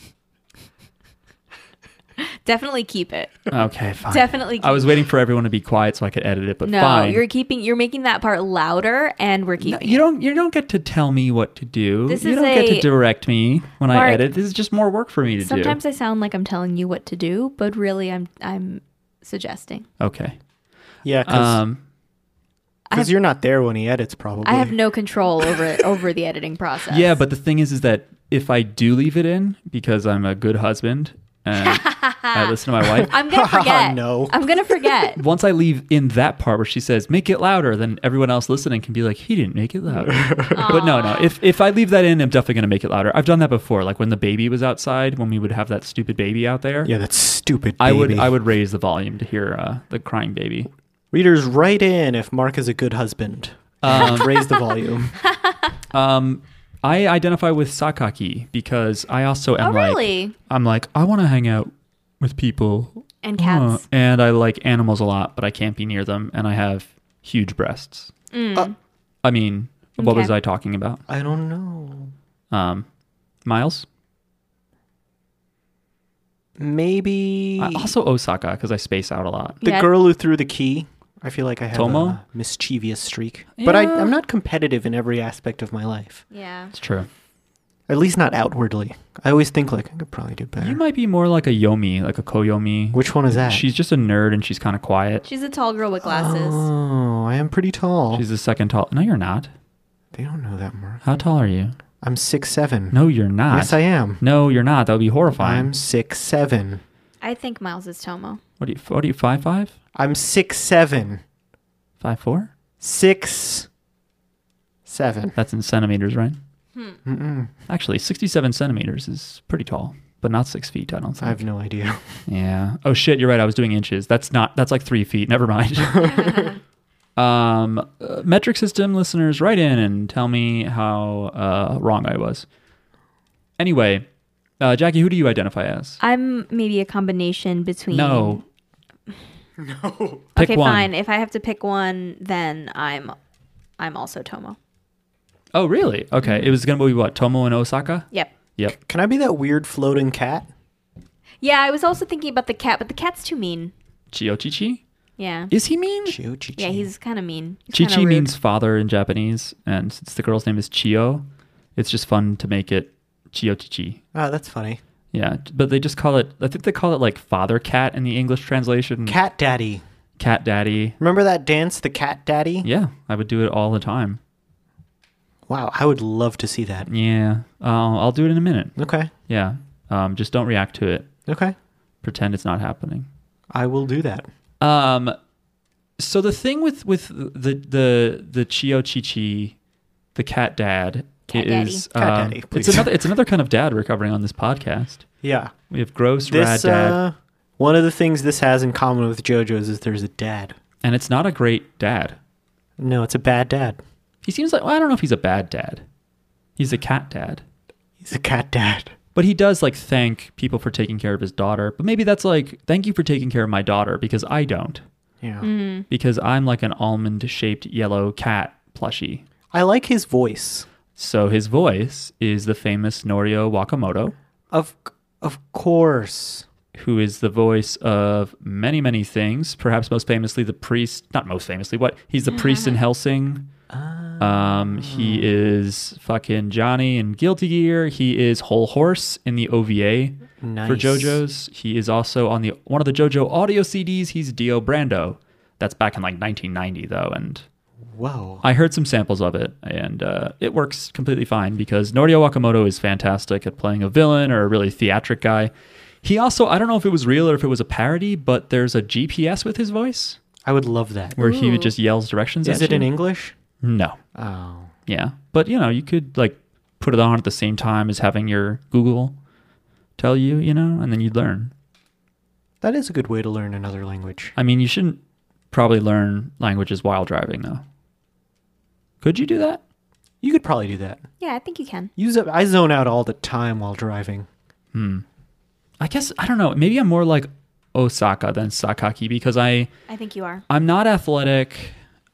Oh, Definitely keep it.
Okay, fine.
Definitely keep
I was waiting for everyone to be quiet so I could edit it, but
No,
fine.
you're keeping you're making that part louder and we're keeping
you don't you don't get to tell me what to do.
This
you
is
don't get to
a-
direct me when
Mark-
I edit. This is just more work for me to do.
Sometimes I sound like I'm telling you what to do, but really I'm I'm suggesting.
Okay.
Yeah, because
Um,
you're not there when he edits, probably.
I have no control over it over the editing process.
yeah, but the thing is, is that if I do leave it in because I'm a good husband and I listen to my wife, <laughs>
I'm gonna forget.
No.
I'm gonna forget.
once I leave in that part where she says "make it louder," then everyone else listening can be like, "He didn't make it louder." but no, no. If if I leave that in, I'm definitely gonna make it louder. I've done that before, like when the baby was outside, when we would have that stupid baby out there.
Yeah, that's stupid.
I would
baby.
I would raise the volume to hear uh, the crying baby.
Readers, write in if Mark is a good husband. <laughs> Raise the volume.
Um, I identify with Sakaki because I also am
oh
like
really?
<laughs> I'm like I want to hang out with people
And
Uh,
cats.
and I like animals a lot, but I can't be near them, and I have huge breasts.
Uh,
I mean, what was
Mm. Okay.
I talking about?
I don't know.
Um, Miles,
Maybe
I, Uh, also Osaka because I space out a lot.
the
Yeah.
girl who threw the key. I feel like I have
Tomo?
a mischievous streak, but I,
Yeah.
I'm not competitive in every aspect of my life.
Yeah.
It's true.
At least not outwardly. I always think like I could probably do
You
better.
might be more like a Yomi, like a Koyomi.
Which one is that?
She's just a nerd and she's kind of quiet.
She's a tall girl with
<gasps>
glasses.
Oh, I am pretty tall.
She's the second tall. No, you're not.
They don't know that, Mark.
How tall are you?
I'm six seven.
No, you're not.
yes, I am.
No, you're not. That would be horrifying.
I'm six seven.
I think Miles is Tomo.
What are you? What are you? Five five?
I'm six seven.
Five four?
Six seven.
That's in centimeters, right?
Hmm.
Actually, sixty-seven centimeters is pretty tall, but not six feet. I don't think.
I have no idea.
Yeah. Oh shit, you're right. I was doing inches. That's not. That's like three feet. Never mind.
<laughs>
<laughs> um, uh, metric system listeners, write in and tell me how uh, wrong I was. Anyway, uh, Jackie, who do you identify as?
I'm maybe a combination between
No. No. Pick
okay,
one.
fine. If I have to pick one, then I'm I'm also Tomo.
Oh, really? Okay. It was gonna be what Tomo and Osaka.
Yep.
Yep.
Can I be that weird floating cat?
Yeah, I was also thinking about the cat, but the cat's too mean.
Chiochichi.
Yeah.
Is he mean?
Chiochichi.
Mm. Yeah, he's kind of mean. He's kinda
Chichi
rude.
means father in Japanese, and since the girl's name is Chio, it's just fun to make it Chio Chichi.
Oh, that's funny.
Yeah, but they just call it. I think they call it like father cat in the English translation.
Cat daddy.
Cat daddy.
Remember that dance, the cat daddy?
Yeah, I would do it all the time.
Wow, I would love to see
Mm.
that.
Yeah, uh, I'll do it in a minute.
Okay.
Yeah, um, just don't react to it.
Okay.
Pretend it's not happening.
I will do that.
Um, so the thing with with the the the Chio Chichi, the cat dad
Cat
is
daddy. Cat
um,
daddy,
it's
please. <laughs>
another it's another kind of dad we're covering on this podcast.
Yeah.
We have gross rad
This
dad,
uh one of the things this has in common with JoJo's is there's a dad.
and it's not a great dad.
No, it's a bad dad.
He seems like well, I don't know if he's a bad dad. He's a cat dad,
He's a cat dad. <laughs>
But he does like thank people for taking care of his daughter. But maybe that's like, thank you for taking care of my daughter because I don't.
Yeah.
Because I'm like an almond shaped yellow cat plushie.
I like his voice.
So his voice is the famous Norio Wakamoto,
Of of course.
who is the voice of many, many things. Perhaps most famously, the priest, not most famously, what? He's the priest in Helsing. Um, he is fucking Johnny in Guilty Gear. He is Whole Horse in the OVA
Nice.
for JoJo's. He is also on the one of the JoJo audio CDs. He's Dio Brando. That's back in like 1990 though, and
Whoa.
I heard some samples of it, and uh, it works completely fine because Norio Wakamoto is fantastic at playing a villain or a really theatric guy. He also, I don't know if it was real or if it was a parody, but there's a GPS with his voice
I would love that.
where he
Ooh.
just yells directions.
Is
at
it in
you.
English?
No.
Oh.
Yeah, but you know, you could like put it on at the same time as having your Google tell you, you know, and then you'd learn.
That is a good way to learn another language.
I mean, you shouldn't probably learn languages while driving, though. Could you do that?
You could probably do that.
Yeah, I think you can.
Use up I zone out all the time while driving.
I guess I don't know. Maybe I'm more like Osaka than Sakaki because I
I think you are.
I'm not athletic.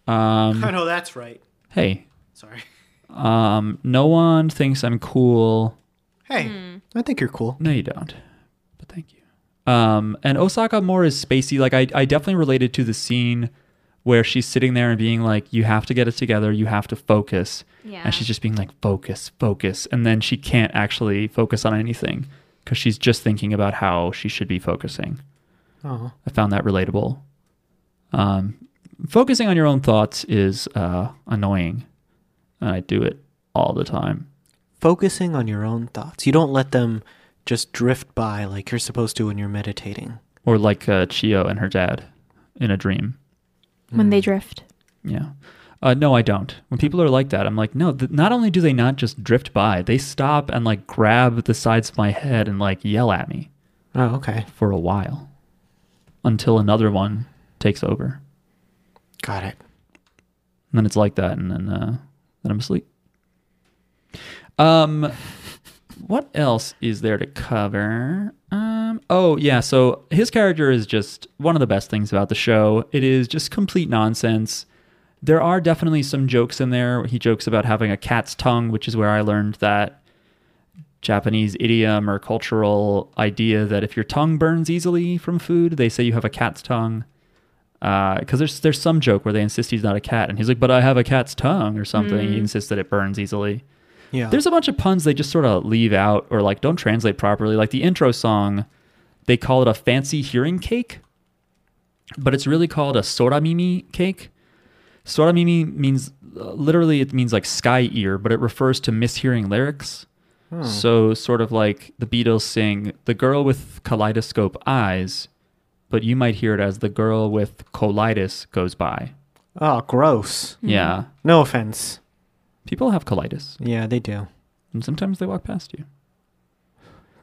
Um,
I know that's right.
hey,
Sorry.
um, no one thinks I'm cool.
Hey. I think you're cool.
No, you don't. But thank you. Um, and Osaka more is spacey. Like I, I definitely related to the scene where she's sitting there and being like, "You have to get it together. You have to focus."
Yeah.
And she's just being like, "Focus, focus," and then she can't actually focus on anything because she's just thinking about how she should be focusing.
Oh.
I found that relatable. Um, focusing on your own thoughts is uh, annoying, and I do it all the time.
Focusing on your own thoughts. You don't let them just drift by like you're supposed to when you're meditating.
Or like uh, Chio and her dad in a dream.
when they drift.
Yeah. Uh, no, I don't. When people are like that, I'm like, no. Th- not only do they not just drift by, they stop and like grab the sides of my head and like yell at me
Oh, okay.
for a while, until another one takes over.
Got it.
And then it's like that, and then uh, then I'm asleep. Um, what else is there to cover? Um, oh yeah, so his character is just one of the best things about the show. It is just complete nonsense. There are definitely some jokes in there. He jokes about having a cat's tongue, which is where I learned that Japanese idiom or cultural idea that if your tongue burns easily from food, they say you have a cat's tongue because Uh, there's there's some joke where they insist he's not a cat, and he's like, "But I have a cat's tongue" or something. He insists that it burns easily.
Yeah.
There's a bunch of puns they just sort of leave out or like don't translate properly. Like the intro song, they call it a fancy hearing cake, but it's really called a soramimi cake. Soramimi means uh, literally it means like sky ear, but it refers to mishearing lyrics. So sort of like the Beatles sing "The girl with kaleidoscope eyes," but you might hear it as "The girl with colitis goes by."
oh, gross.
Yeah,
No offense.
people have colitis,
Yeah, they do.
and sometimes they walk past you.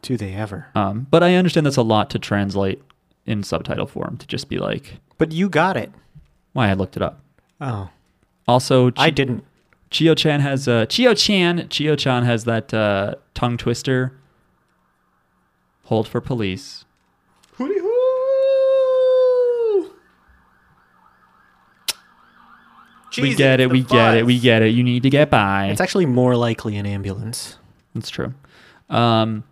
Do they ever?
Um, but I understand that's a lot to translate in subtitle form to just be like,
But you got it.
why I looked it up.
Oh.
Also, Chi
I didn't.
Chio Chan has uh, Chio Chan Chio Chan has that uh, tongue twister. Hold for police. we get it. We get it. We get it. You need to get by.
It's actually more likely an ambulance.
That's true. Um,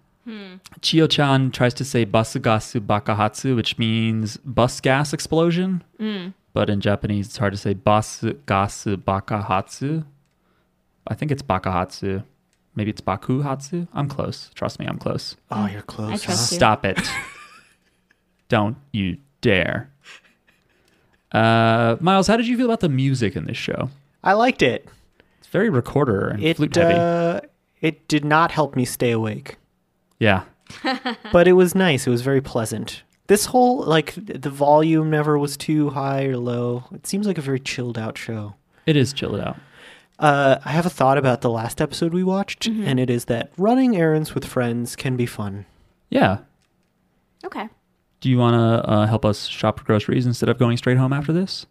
Chio chan tries to say basugasu bakahatsu, which means bus gas explosion. But in Japanese, it's hard to say basugasu bakahatsu. I think it's bakahatsu. Maybe it's bakuhatsu. I'm close. Trust me, I'm close.
Oh, you're close.
I trust
huh?
you.
Stop it. Don't you dare. Uh, Miles, how did you feel about the music in this show?
I liked it.
It's very recorder and flute
It
heavy.
uh, it did not help me stay awake,
yeah.
but it was nice. It was very pleasant. This whole like th- the volume never was too high or low. It seems like a very chilled out show.
It is chilled out.
Uh, I have a thought about the last episode we watched, and it is that running errands with friends can be fun.
Yeah.
Okay.
Do you want to uh, help us shop for groceries instead of going straight home after this?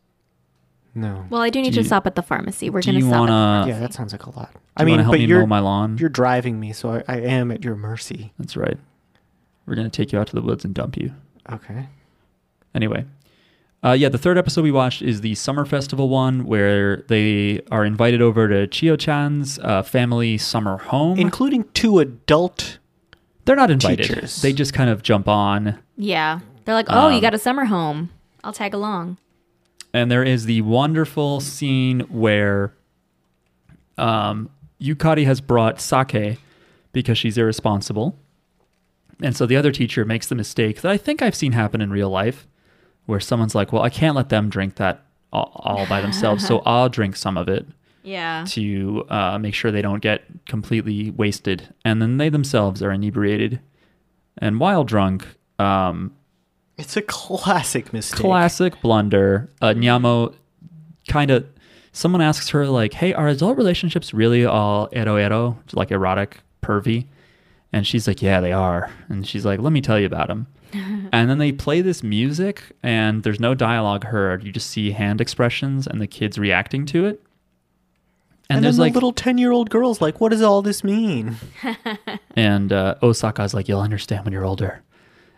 No.
Well, I do need to
you-
stop at the pharmacy. We're
Do
going to
you
stop.
wanna?
yeah, that sounds like a lot.
do
I
you
mean,
wanna help
but
me
you're
mow my lawn?
you're driving me, so I, I am at your mercy.
That's right. We're gonna take you out to the woods and dump you.
Okay.
Anyway, uh, yeah, the third episode we watched is the summer festival one where they are invited over to Chio Chan's uh, family summer home.
Including two adult.
They're not invited.
Teachers.
They just kind of jump on.
yeah. They're like, oh, you
Um,
got a summer home. I'll tag along.
And there is the wonderful scene where um, Yukari has brought sake because she's irresponsible. And so the other teacher makes the mistake that I think I've seen happen in real life where someone's like, well, I can't let them drink that all, all by themselves, so I'll drink some of it.
Yeah.
to uh, make sure they don't get completely wasted, and then they themselves are inebriated and while drunk. Um,
It's a classic mistake.
classic blunder. Uh, Nyamo kind of. Someone asks her like, "Hey, are adult relationships really all ero ero, like erotic pervy?" And she's like, "Yeah, they are." And she's like, "Let me tell you about them." and then they play this music, and there's no dialogue heard. You just see hand expressions and the kids reacting to it.
And,
And,
then
there's
the
like
little ten-year-old girl's like, "What does all this mean?"
And uh, Osaka's like, you'll understand when you're older.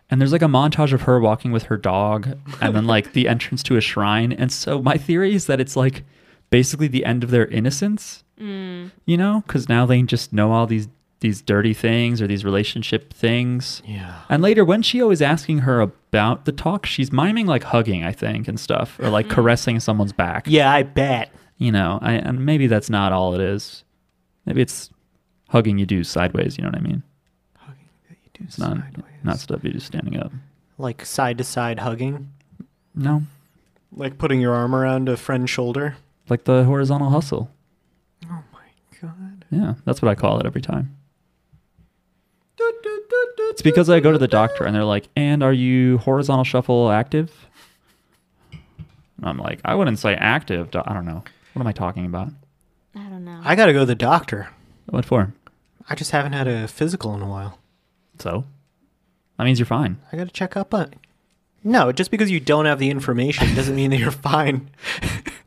And there's like a montage of her walking with her dog and then like the entrance to a shrine. And so my theory is that it's like basically the end of their innocence, you know, because now they just know all these these dirty things or these relationship things.
Yeah.
And later when Shio is asking her about the talk, she's miming like hugging, I think, and stuff, or like caressing someone's back
Yeah, I bet.
you know, I, and maybe that's not all it is. Maybe it's hugging you do sideways. You know what I mean?
Hugging that you do
It's not
sideways.
not stuff you do standing up.
Like side to side hugging,
No,
like putting your arm around a friend's shoulder.
like the horizontal hustle.
Oh my god.
Yeah, that's what I call it every time. It's because I go to the doctor and they're like, "And are you horizontal shuffle active?" And I'm like, "I wouldn't say active. doc- I don't know. What am I talking about?
I don't know.
I gotta go to the doctor.
What for?
I just haven't had a physical in a while.
So that means you're fine.
I gotta check up on. No, just because you don't have the information doesn't mean that you're <laughs> fine.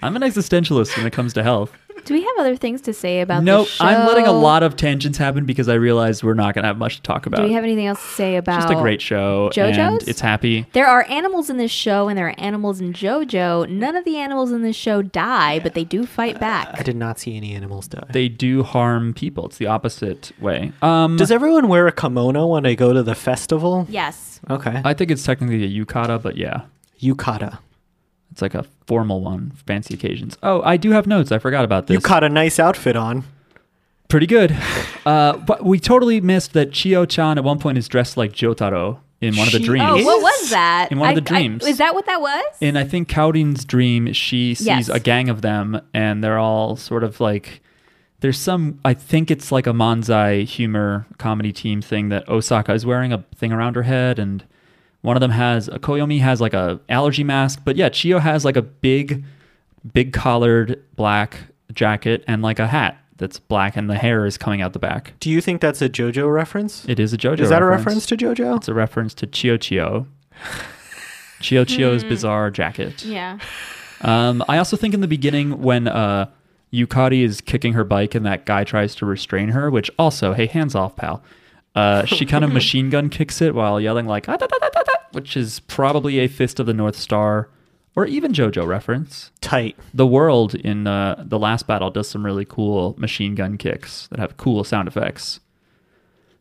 I'm an existentialist when it comes to health.
Do we have other things to say about
Nope,
this
I'm letting a
show?
lot of tangents happen because I realized we're not going to have much to talk about.
Do we have anything else to say about
Just a great show.
JoJo's?
And it's happy.
There are animals in this show and there are animals in JoJo. None of the animals in this show die, but they do fight
I
back.
did not see any animals die.
They do harm people. It's the opposite way. Um,
Does everyone wear a kimono when they go to the festival?
Yes.
Okay.
I think it's technically a yukata, but yeah,
Yukata.
it's like a formal one, fancy occasions. Oh, I do have notes. I forgot about this.
You caught a nice outfit on.
Pretty good. Uh, but we totally missed that Chio Chan at one point is dressed like Jotaro in one of the
She
dreams.
Oh,
Yes.
what was that?
In one of the dreams.
is that what that was?
in I think Cowding's dream, she sees
Yes.
a gang of them, and they're all sort of like there's some I think it's like a manzai humor comedy team thing that Osaka is wearing a thing around her head, and one of them has a Koyomi has like a allergy mask, but yeah, Chio has like a big, big collared black jacket and like a hat that's black, and the hair is coming out the back.
Do you think that's a JoJo reference?
It is a JoJo.
Is that
reference.
a reference to JoJo?
It's a reference to Chio Chio. Chio Chio's bizarre jacket.
yeah.
Um, I also think in the beginning when uh, Yukari is kicking her bike and that guy tries to restrain her, which also, hey, hands off, pal. Uh, she kind of machine gun kicks it while yelling like, ah, da, da, da, da, da, which is probably a Fist of the North Star or even JoJo reference.
Tight.
The World in uh, the last battle does some really cool machine gun kicks that have cool sound effects.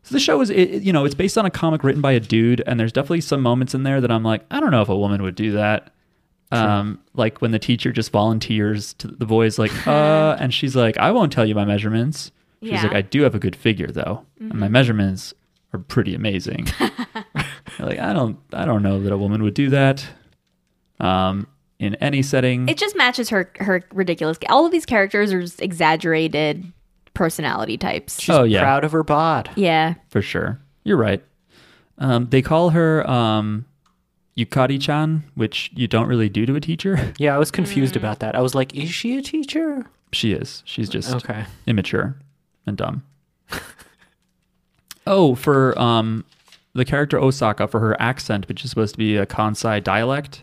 So the show is, it, it- you know, it's based on a comic written by a dude, and there's definitely some moments in there that I'm like, I don't know if a woman would do that. Um, like when the teacher just volunteers to the boys, like,
<laughs>
uh, and she's like, I won't tell you my measurements. She's
Yeah. Mm-hmm.
like, I do have a good figure though, and my measurements are pretty
<laughs>
amazing. like, I don't, I don't know that a woman would do that. Um, in any setting,
It just matches her her ridiculous. All of these characters are just exaggerated personality types.
oh yeah,
Proud of her bod.
yeah.
for sure. You're right. Um, they call her um, Yukari-chan, which you don't really do to a teacher. <laughs>
Yeah, I was confused about that. I was like, is she a teacher?
she is. She's just
Okay.
immature and dumb. <laughs> oh, for um, the character Osaka for her accent, which is supposed to be a Kansai dialect,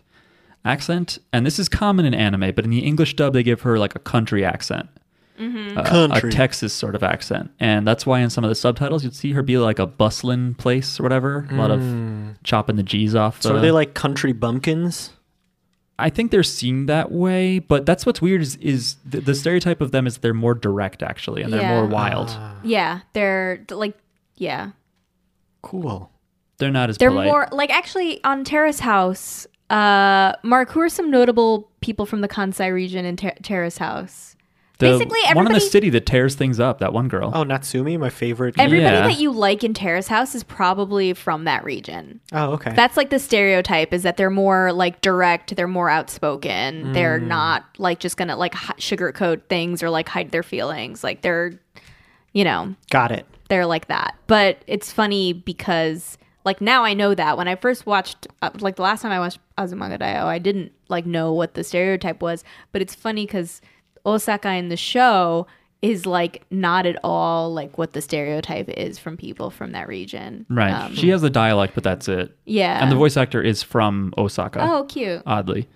accent, and this is common in anime, but in the English dub, they give her like a country accent, uh,
Country.
a Texas sort of accent, and that's why in some of the subtitles you'd see her be like a bustlin' place or whatever, a lot of chopping the G's off.
Mm. So
the-
are they like country bumpkins?
I think they're seen that way, but that's what's weird is is the, the stereotype of them is they're more direct actually, and they're
Yeah.
more wild.
Ah.
Yeah, they're like, yeah,
Cool.
They're not as
they're
polite.
more like actually on Terrace House. Uh, Mark, who are some notable people from the Kansai region in ter- Terrace House?
the,
basically
one in the
everybody-
city that tears things up. That one girl.
Oh, Natsumi, my favorite.
Everybody
Yeah.
that you like in Terrace House is probably from that region.
oh, okay.
That's like the stereotype is that they're more like direct, they're more outspoken, they're not like just gonna like hi- sugarcoat things or like hide their feelings. Like they're, you know,
Got it.
they're like that. But it's funny because like now I know that when I first watched uh, like the last time I watched Azumanga Daioh, I didn't like know what the stereotype was. But it's funny because Osaka in the show is like not at all like what the stereotype is from people from that region.
right.
Um,
she has the dialect, but that's it.
yeah.
And the voice actor is from Osaka.
oh, cute.
oddly.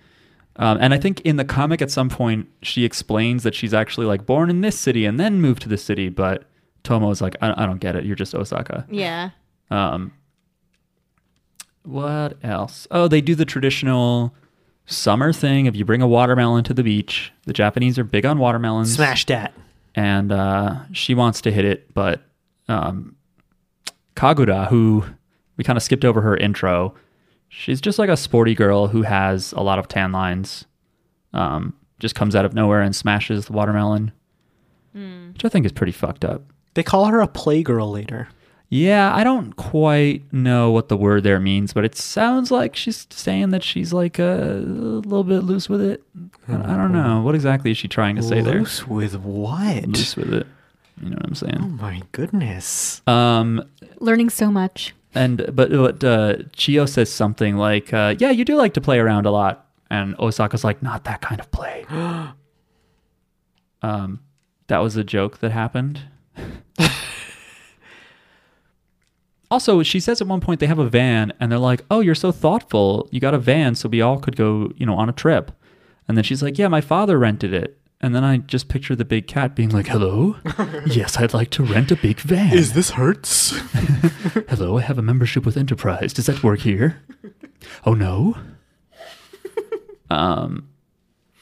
Um, and I think in the comic, at some point, she explains that she's actually like born in this city and then moved to this city. But Tomo's like, I, I don't get it. You're just Osaka.
Yeah.
Um, what else? Oh, they do the traditional summer thing. If you bring a watermelon to the beach, the Japanese are big on watermelons.
Smash that.
And uh, she wants to hit it, but um, Kagura, who we kind of skipped over her intro, she's just like a sporty girl who has a lot of tan lines. Um, just comes out of nowhere and smashes the watermelon, which I think is pretty fucked up.
They call her a playgirl later.
Yeah, I don't quite know what the word there means, but it sounds like she's saying that she's like uh, a little bit loose with it. I I don't know. What exactly is she trying to say there?
Loose with what?
Loose with it. You know what I'm
Oh
saying?
my goodness.
Um,
Learning so much.
And but but uh, Chio says something like, uh, "Yeah, you do like to play around a lot," and Osaka's like, "Not that kind of play." um, that was a joke that happened. also, she says at one point they have a van, and they're like, "Oh, you're so thoughtful. You got a van, so we all could go, you know, on a trip." And then she's like, "Yeah, my father rented it." And then I just picture the big cat being like, "Hello, yes, I'd like to rent a big van."
this Hertz?
Hello, I have a membership with Enterprise. Does that work here? Oh no. um,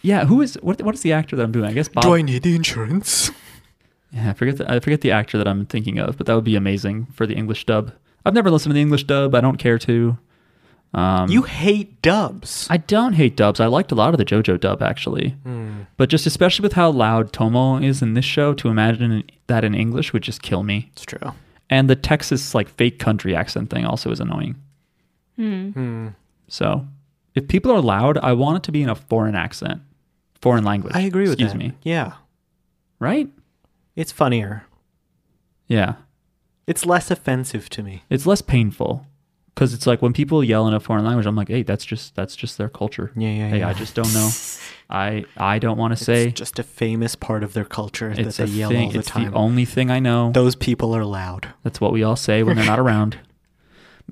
yeah. Who is what? What is the actor that I'm doing? I guess Bob.
need the insurance?
yeah, I forget. The, I forget the actor that I'm thinking of, but that would be amazing for the English dub. I've never listened to the English dub. I don't care to. Um,
You hate dubs.
I don't hate dubs. I liked a lot of the JoJo dub actually, but just especially with how loud Tomo is in this show, to imagine that in English would just kill me.
It's true.
And the Texas like fake country accent thing also is annoying.
Hmm.
So if people are loud, I want it to be in a foreign accent, foreign language.
I agree with
Excuse
that.
me.
Yeah.
Right?
It's funnier.
Yeah.
It's less offensive to me.
It's less painful because it's like when people yell in a foreign language, I'm like, hey, that's just that's just their culture.
Yeah, yeah,
Hey,
yeah.
I just don't
<laughs>
know. I I don't want to say
it's just a famous part of their culture
it's
that
a
they yell
thing.
all the
it's
time.
the only thing I know.
Those people are loud.
That's what we all say when they're not around.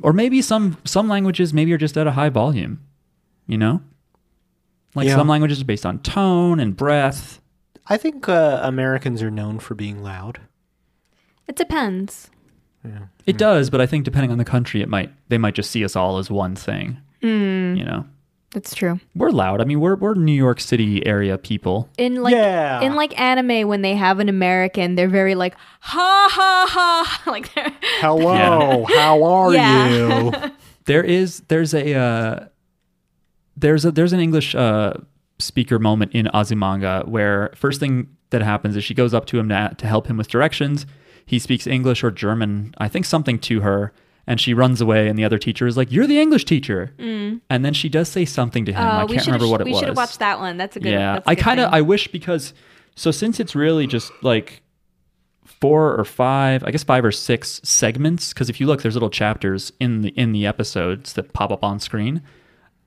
Or maybe some some languages maybe are just at a high volume, you know. Like
Yeah.
some languages are based on tone and breath.
I think uh, Americans are known for being loud.
It depends.
It does, but I think depending on the country, it might they might just see us all as one thing. You know,
That's true.
we're loud. I mean, we're we're New York City area people.
In like
Yeah.
in like anime when they have an American, they're very like ha ha ha <laughs> like they're
Hello, <laughs> how are
Yeah.
you?
There is there's a uh, there's a there's an English uh, speaker moment in Azumanga where first thing that happens is she goes up to him to, to help him with directions. He speaks English or German, I think something to her, and she runs away. And the other teacher is like, "You're the English teacher," and then she does say something to him. I
Mm. Uh, we
can't
should've-
remember what it
we
was.
should have watched that one. That's a good.
yeah
that's a
i
good
kind of
thing.
i wish because so since it's really just like four or five i guess five or six segments because if you look there's little chapters in the in the episodes that pop up on screen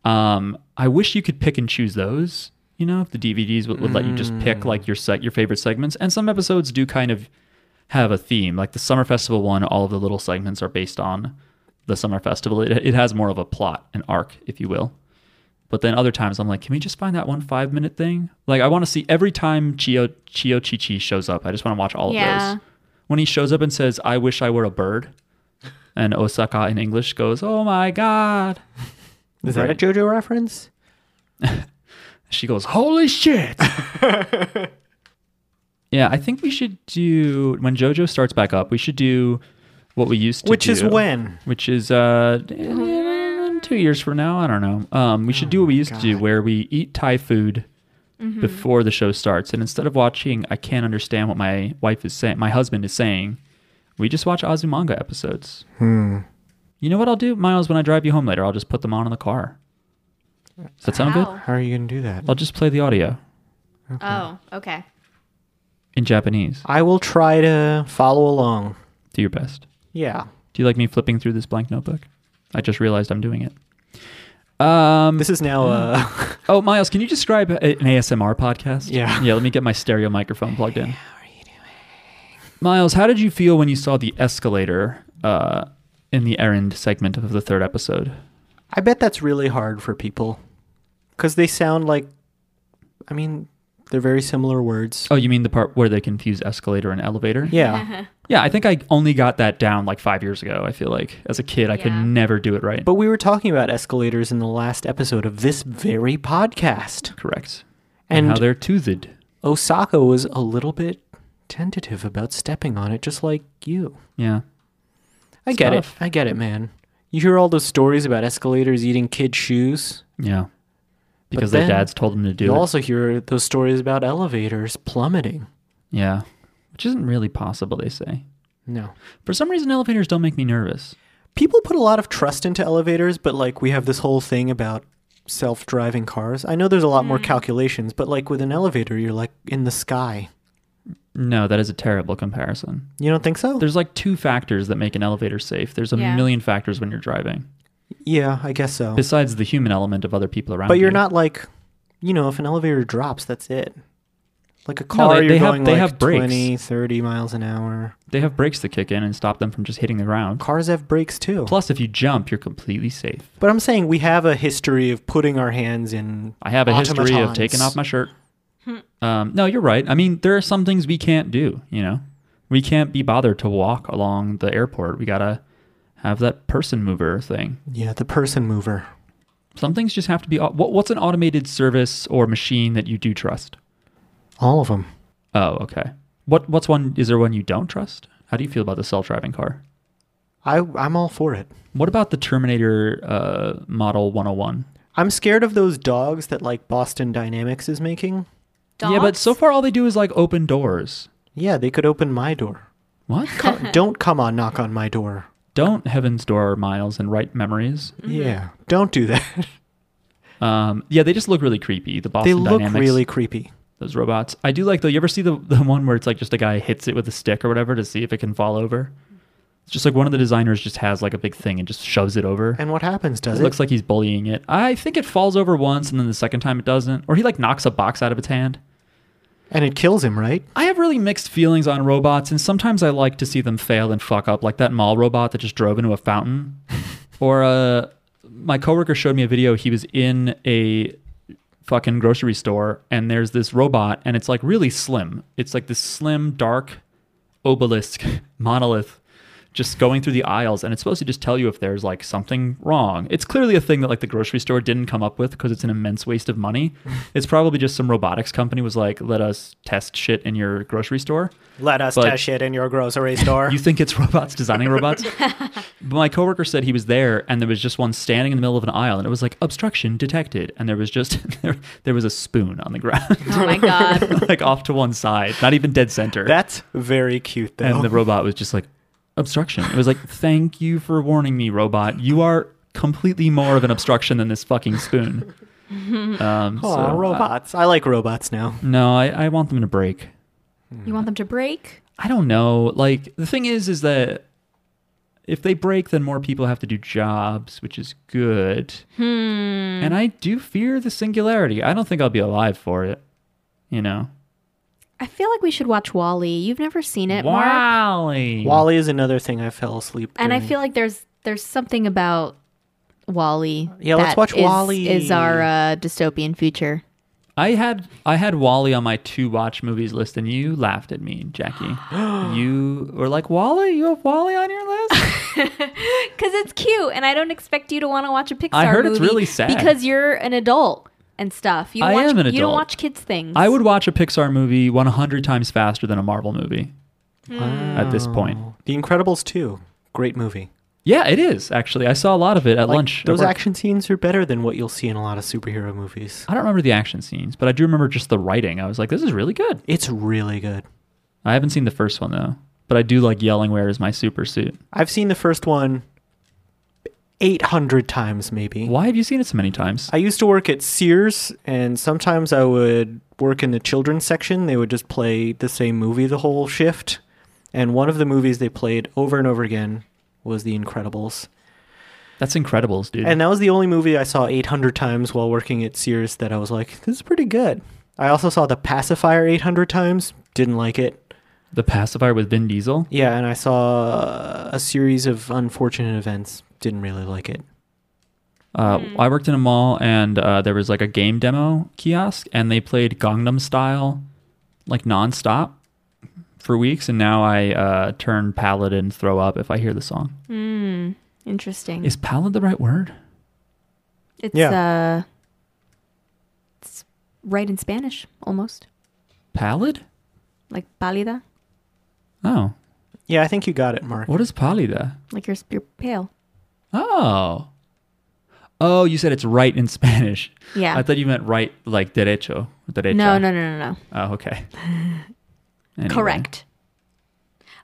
um i wish you could pick and choose those you know if the dvds would, would let you just pick like your set your favorite segments and some episodes do kind of have a theme like the summer festival one all of the little segments are based on the summer festival it, it has more of a plot an arc if you will But then other times I'm like, can we just find that one five minute thing? Like I want to see every time Chio Chio Chi Chi shows up. I just want to watch all
Yeah.
of those. When he shows up and says, "I wish I were a bird," and Osaka in English goes, "Oh my god,"
Is that a
Right.
JoJo reference?
she goes, "Holy
<laughs>
shit." yeah, I think we should do when JoJo starts back up. We should do what we used to
Which
do.
is when?
which is uh eh, two years from now i don't know um we should do what we used to do where we eat thai food before the show starts and instead of watching i can't understand what my wife is saying my husband is saying we just watch azumanga episodes hmm. you know what i'll do miles when i drive you home later i'll just put them on in the car does that sound good
Wow.
How are you going to do that?
i'll just play the audio
Oh, okay.
in japanese
I will try to follow along.
do your best
Yeah.
do you like me flipping through this blank notebook i just realized i'm doing it um
This is now uh
Oh, Miles, can you describe a- an ASMR podcast?
Yeah.
Yeah, let me get my stereo microphone plugged in. How are you doing? Miles, how did you feel when you saw the escalator uh, in the errand segment of the third episode?
<laughs> I bet that's really hard for people cuz they sound like I mean, they're very similar words.
Oh, you mean the part where they confuse escalator and elevator?
Yeah.
Yeah, I think I only got that down like five years ago. I feel like as a kid, I could
Yeah.
never do it right.
But we were talking about escalators in the last episode of this very podcast.
Correct. And,
And
how they're toothed.
Osaka was a little bit tentative about stepping on it, just like you.
Yeah.
I get it.
Stuff.
I get it, man. You hear all those stories about escalators eating kids' shoes.
Yeah. Because
then
their dads told them to do
You
it.
also hear those stories about elevators plummeting.
yeah. Which isn't really possible, they say.
No.
For some reason, elevators don't make me nervous.
People put a lot of trust into elevators, but like we have this whole thing about self driving cars. I know there's a lot more calculations, but like with an elevator, you're like in the sky.
No, that is a terrible comparison.
You don't think so?
There's like two factors that make an elevator safe. There's a
Yeah.
million factors when you're driving,
yeah, I guess so.
besides the human element of other people around.
But you're
you.
not like, you know, if an elevator drops, that's it. Like a
No,
car,
they-
you're
they have-
going
they
like
have brakes.
20, 30 miles an hour.
They have brakes that kick in and stop them from just hitting the ground.
Cars have brakes too.
Plus, if you jump, you're completely safe.
But I'm saying we have a history of putting our hands in.
I have a history of
automatons.
taking off my shirt. um, no, you're right. I mean, there are some things we can't do. You know, we can't be bothered to walk along the airport. We gotta have that person mover thing.
Yeah, the person mover.
Some things just have to be. au- What, what's an automated service or machine that you do trust?
All of them.
Oh, okay. What what's one? Is there one you don't trust? How do you feel about the self-driving car?
I, I'm all for it.
What about the Terminator uh, Model 101?
I'm scared of those dogs that like Boston Dynamics is making.
Dogs?
Yeah, but so far all they do is like open doors.
Yeah, they could open my <laughs> door.
What?
Co- don't come on, knock on my door.
Don't heaven's door miles and write memories.
Yeah, don't do that. <laughs>
Um, yeah, they just look really creepy. The Boston
they look
Dynamics,
really creepy.
those robots. I do like though. You ever see the the one where it's like just a guy hits it with a stick or whatever to see if it can fall over? It's just like one of the designers just has like a big thing and just shoves it over.
And what happens? Does
It
it?
looks like he's bullying it. I think it falls over once and then the second time it doesn't. Or he like knocks a box out of its hand.
and it kills him, right?
I have really mixed feelings on robots and sometimes I like to see them fail and fuck up, like that mall robot that just drove into a
<laughs>
fountain. or uh my coworker showed me a video he was in a fucking grocery store and there's this robot and it's like really slim. It's like this slim dark obelisk <laughs> monolith just going through the aisles and it's supposed to just tell you if there's like something wrong. It's clearly a thing that like the grocery store didn't come up with because it's an immense waste of money. It's probably just some robotics company was like, "Let us test shit in your grocery store."
Let us
But-
test it in your grocery
<laughs>
store.
You think it's robots designing robots? but my coworker said he was there and there was just one standing in the middle of an aisle and it was like obstruction detected and there was just <laughs> there, there was a spoon on the ground <laughs>
Oh my god.
like off to one side, not even dead center.
That's very cute, though.
And the robot was just like, obstruction. It was like, thank you for warning me, robot. You are completely more of an obstruction than this fucking spoon. Um, so,
Aw,
uh,
robots. I like robots now.
no, I, I want them to break.
you want them to break?
I don't know. Like, the thing is, is that if they break, then more people have to do jobs, which is good. And I do fear the singularity. I don't think I'll be alive for it, you know?
I feel like we should watch Wally. You've never seen it, Mark.
Wally.
Wally is another thing I fell asleep.
And I
during.
feel like there's there's something about
Wally.
Yeah, let's
That
watch
is-
Wall-E.
Is our uh, dystopian future.
I had I had Wally on my to watch movies list, and you laughed at me,
<gasps>
Jackie. you were like, Wally, you have Wally on your list?
<laughs>
Because it's cute, and I don't expect you to want to watch a Pixar
I heard it's
movie
really sad.
because you're an adult and stuff. You don't
I
watch,
am an
You don't
adult.
watch kids things.
I would watch a Pixar movie 100 times faster than a Marvel movie
Hmm.
at this point.
The Incredibles 2. Great movie.
Yeah, it is actually. I saw a lot of it at
Like,
lunch. at
Those
work.
action scenes are better than what you'll see in a lot of superhero movies.
I don't remember the action scenes, but I do remember just the writing. I was like, this is really good.
It's really good.
I haven't seen the first one though, but I do like yelling, "Where is my super suit?"
I've seen the first one 800 times, maybe.
Why have you seen it so many times?
I used to work at Sears, and sometimes I would work in the children's section. They would just play the same movie the whole shift. And one of the movies they played over and over again was The Incredibles.
That's Incredibles, dude.
And that was the only movie I saw 800 times while working at Sears that I was like, this is pretty good. I also saw The Pacifier 800 times, didn't like it.
the pacifier with Vin Diesel.
Yeah, and I saw uh, a series of unfortunate events, didn't really like it.
Uh,
Hmm.
I worked in a mall, and uh, there was like a game demo kiosk, and they played Gangnam Style, like nonstop, for weeks. And now I uh, turn pallid and throw up if I hear the song.
Hmm.
Interesting.
Is pallid the right word?
It's
Yeah.
uh, it's right in Spanish almost,
Pallid?
like pálida,
Oh,
Yeah, I think you got it, Mark.
what is pallida?
like you're, you're pale.
Oh. Oh, you said it's right in <laughs> Spanish.
yeah.
I thought you meant right like derecho. Derecha.
no, no, no, no, no.
Oh,
<laughs>
okay. Anyway.
Correct.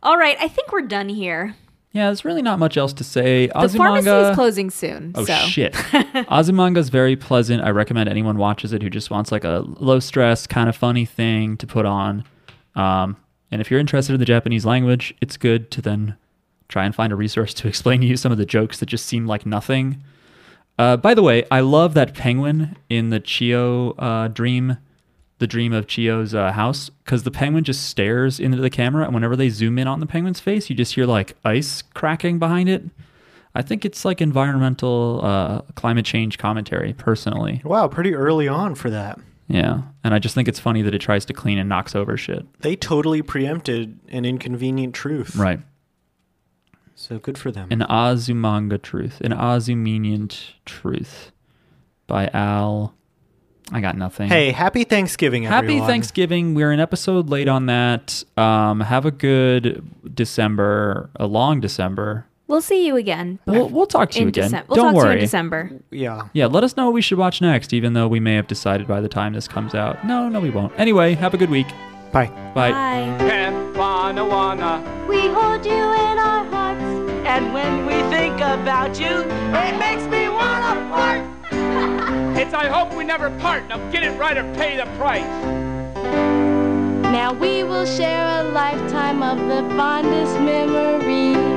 All right, I think we're done here.
Yeah, there's really not much else to say.
The pharmacy is
Azumanga.
closing <laughs> soon.
Oh
so.
shit. Ozumanga's very pleasant. I recommend anyone watches it who just wants like a low stress, kind of funny thing to put on. Um, and if you're interested in the Japanese language, it's good to then try and find a resource to <laughs> explain to you some of the jokes that just seem like nothing. Uh, by the way, I love that penguin in the Chio uh, dream, the dream of Chio's uh, house, because the penguin just stares into the camera, and whenever they zoom in on the penguin's face, you just hear like ice cracking behind it. I think it's like environmental uh, climate change commentary, personally.
Wow, pretty early on for that.
Yeah. And I just think it's funny that it tries to clean and knocks over shit.
They totally preempted an inconvenient truth.
Right.
So good for them.
An Azumanga Truth. An Azumeniant Truth by Al. I got nothing.
hey, happy Thanksgiving,
Happy
everyone.
Thanksgiving. We're an episode late on that. Um, have a good December, a long December.
We'll see you again
We'll, we'll talk to you
in
again.
December. We'll
Don't
talk
worry.
to you in December.
Yeah.
Yeah, let us know what we should watch next, even though we may have decided by the time this comes out. No, no, we won't. Anyway, have a good week.
Bye.
Bye.
Bye.
uh,
We hold you in our hearts.
And when we think about you, it makes me wanna fart.
It's I hope we never part. Now get it right or pay the price.
Now we will share a lifetime of the fondest memories.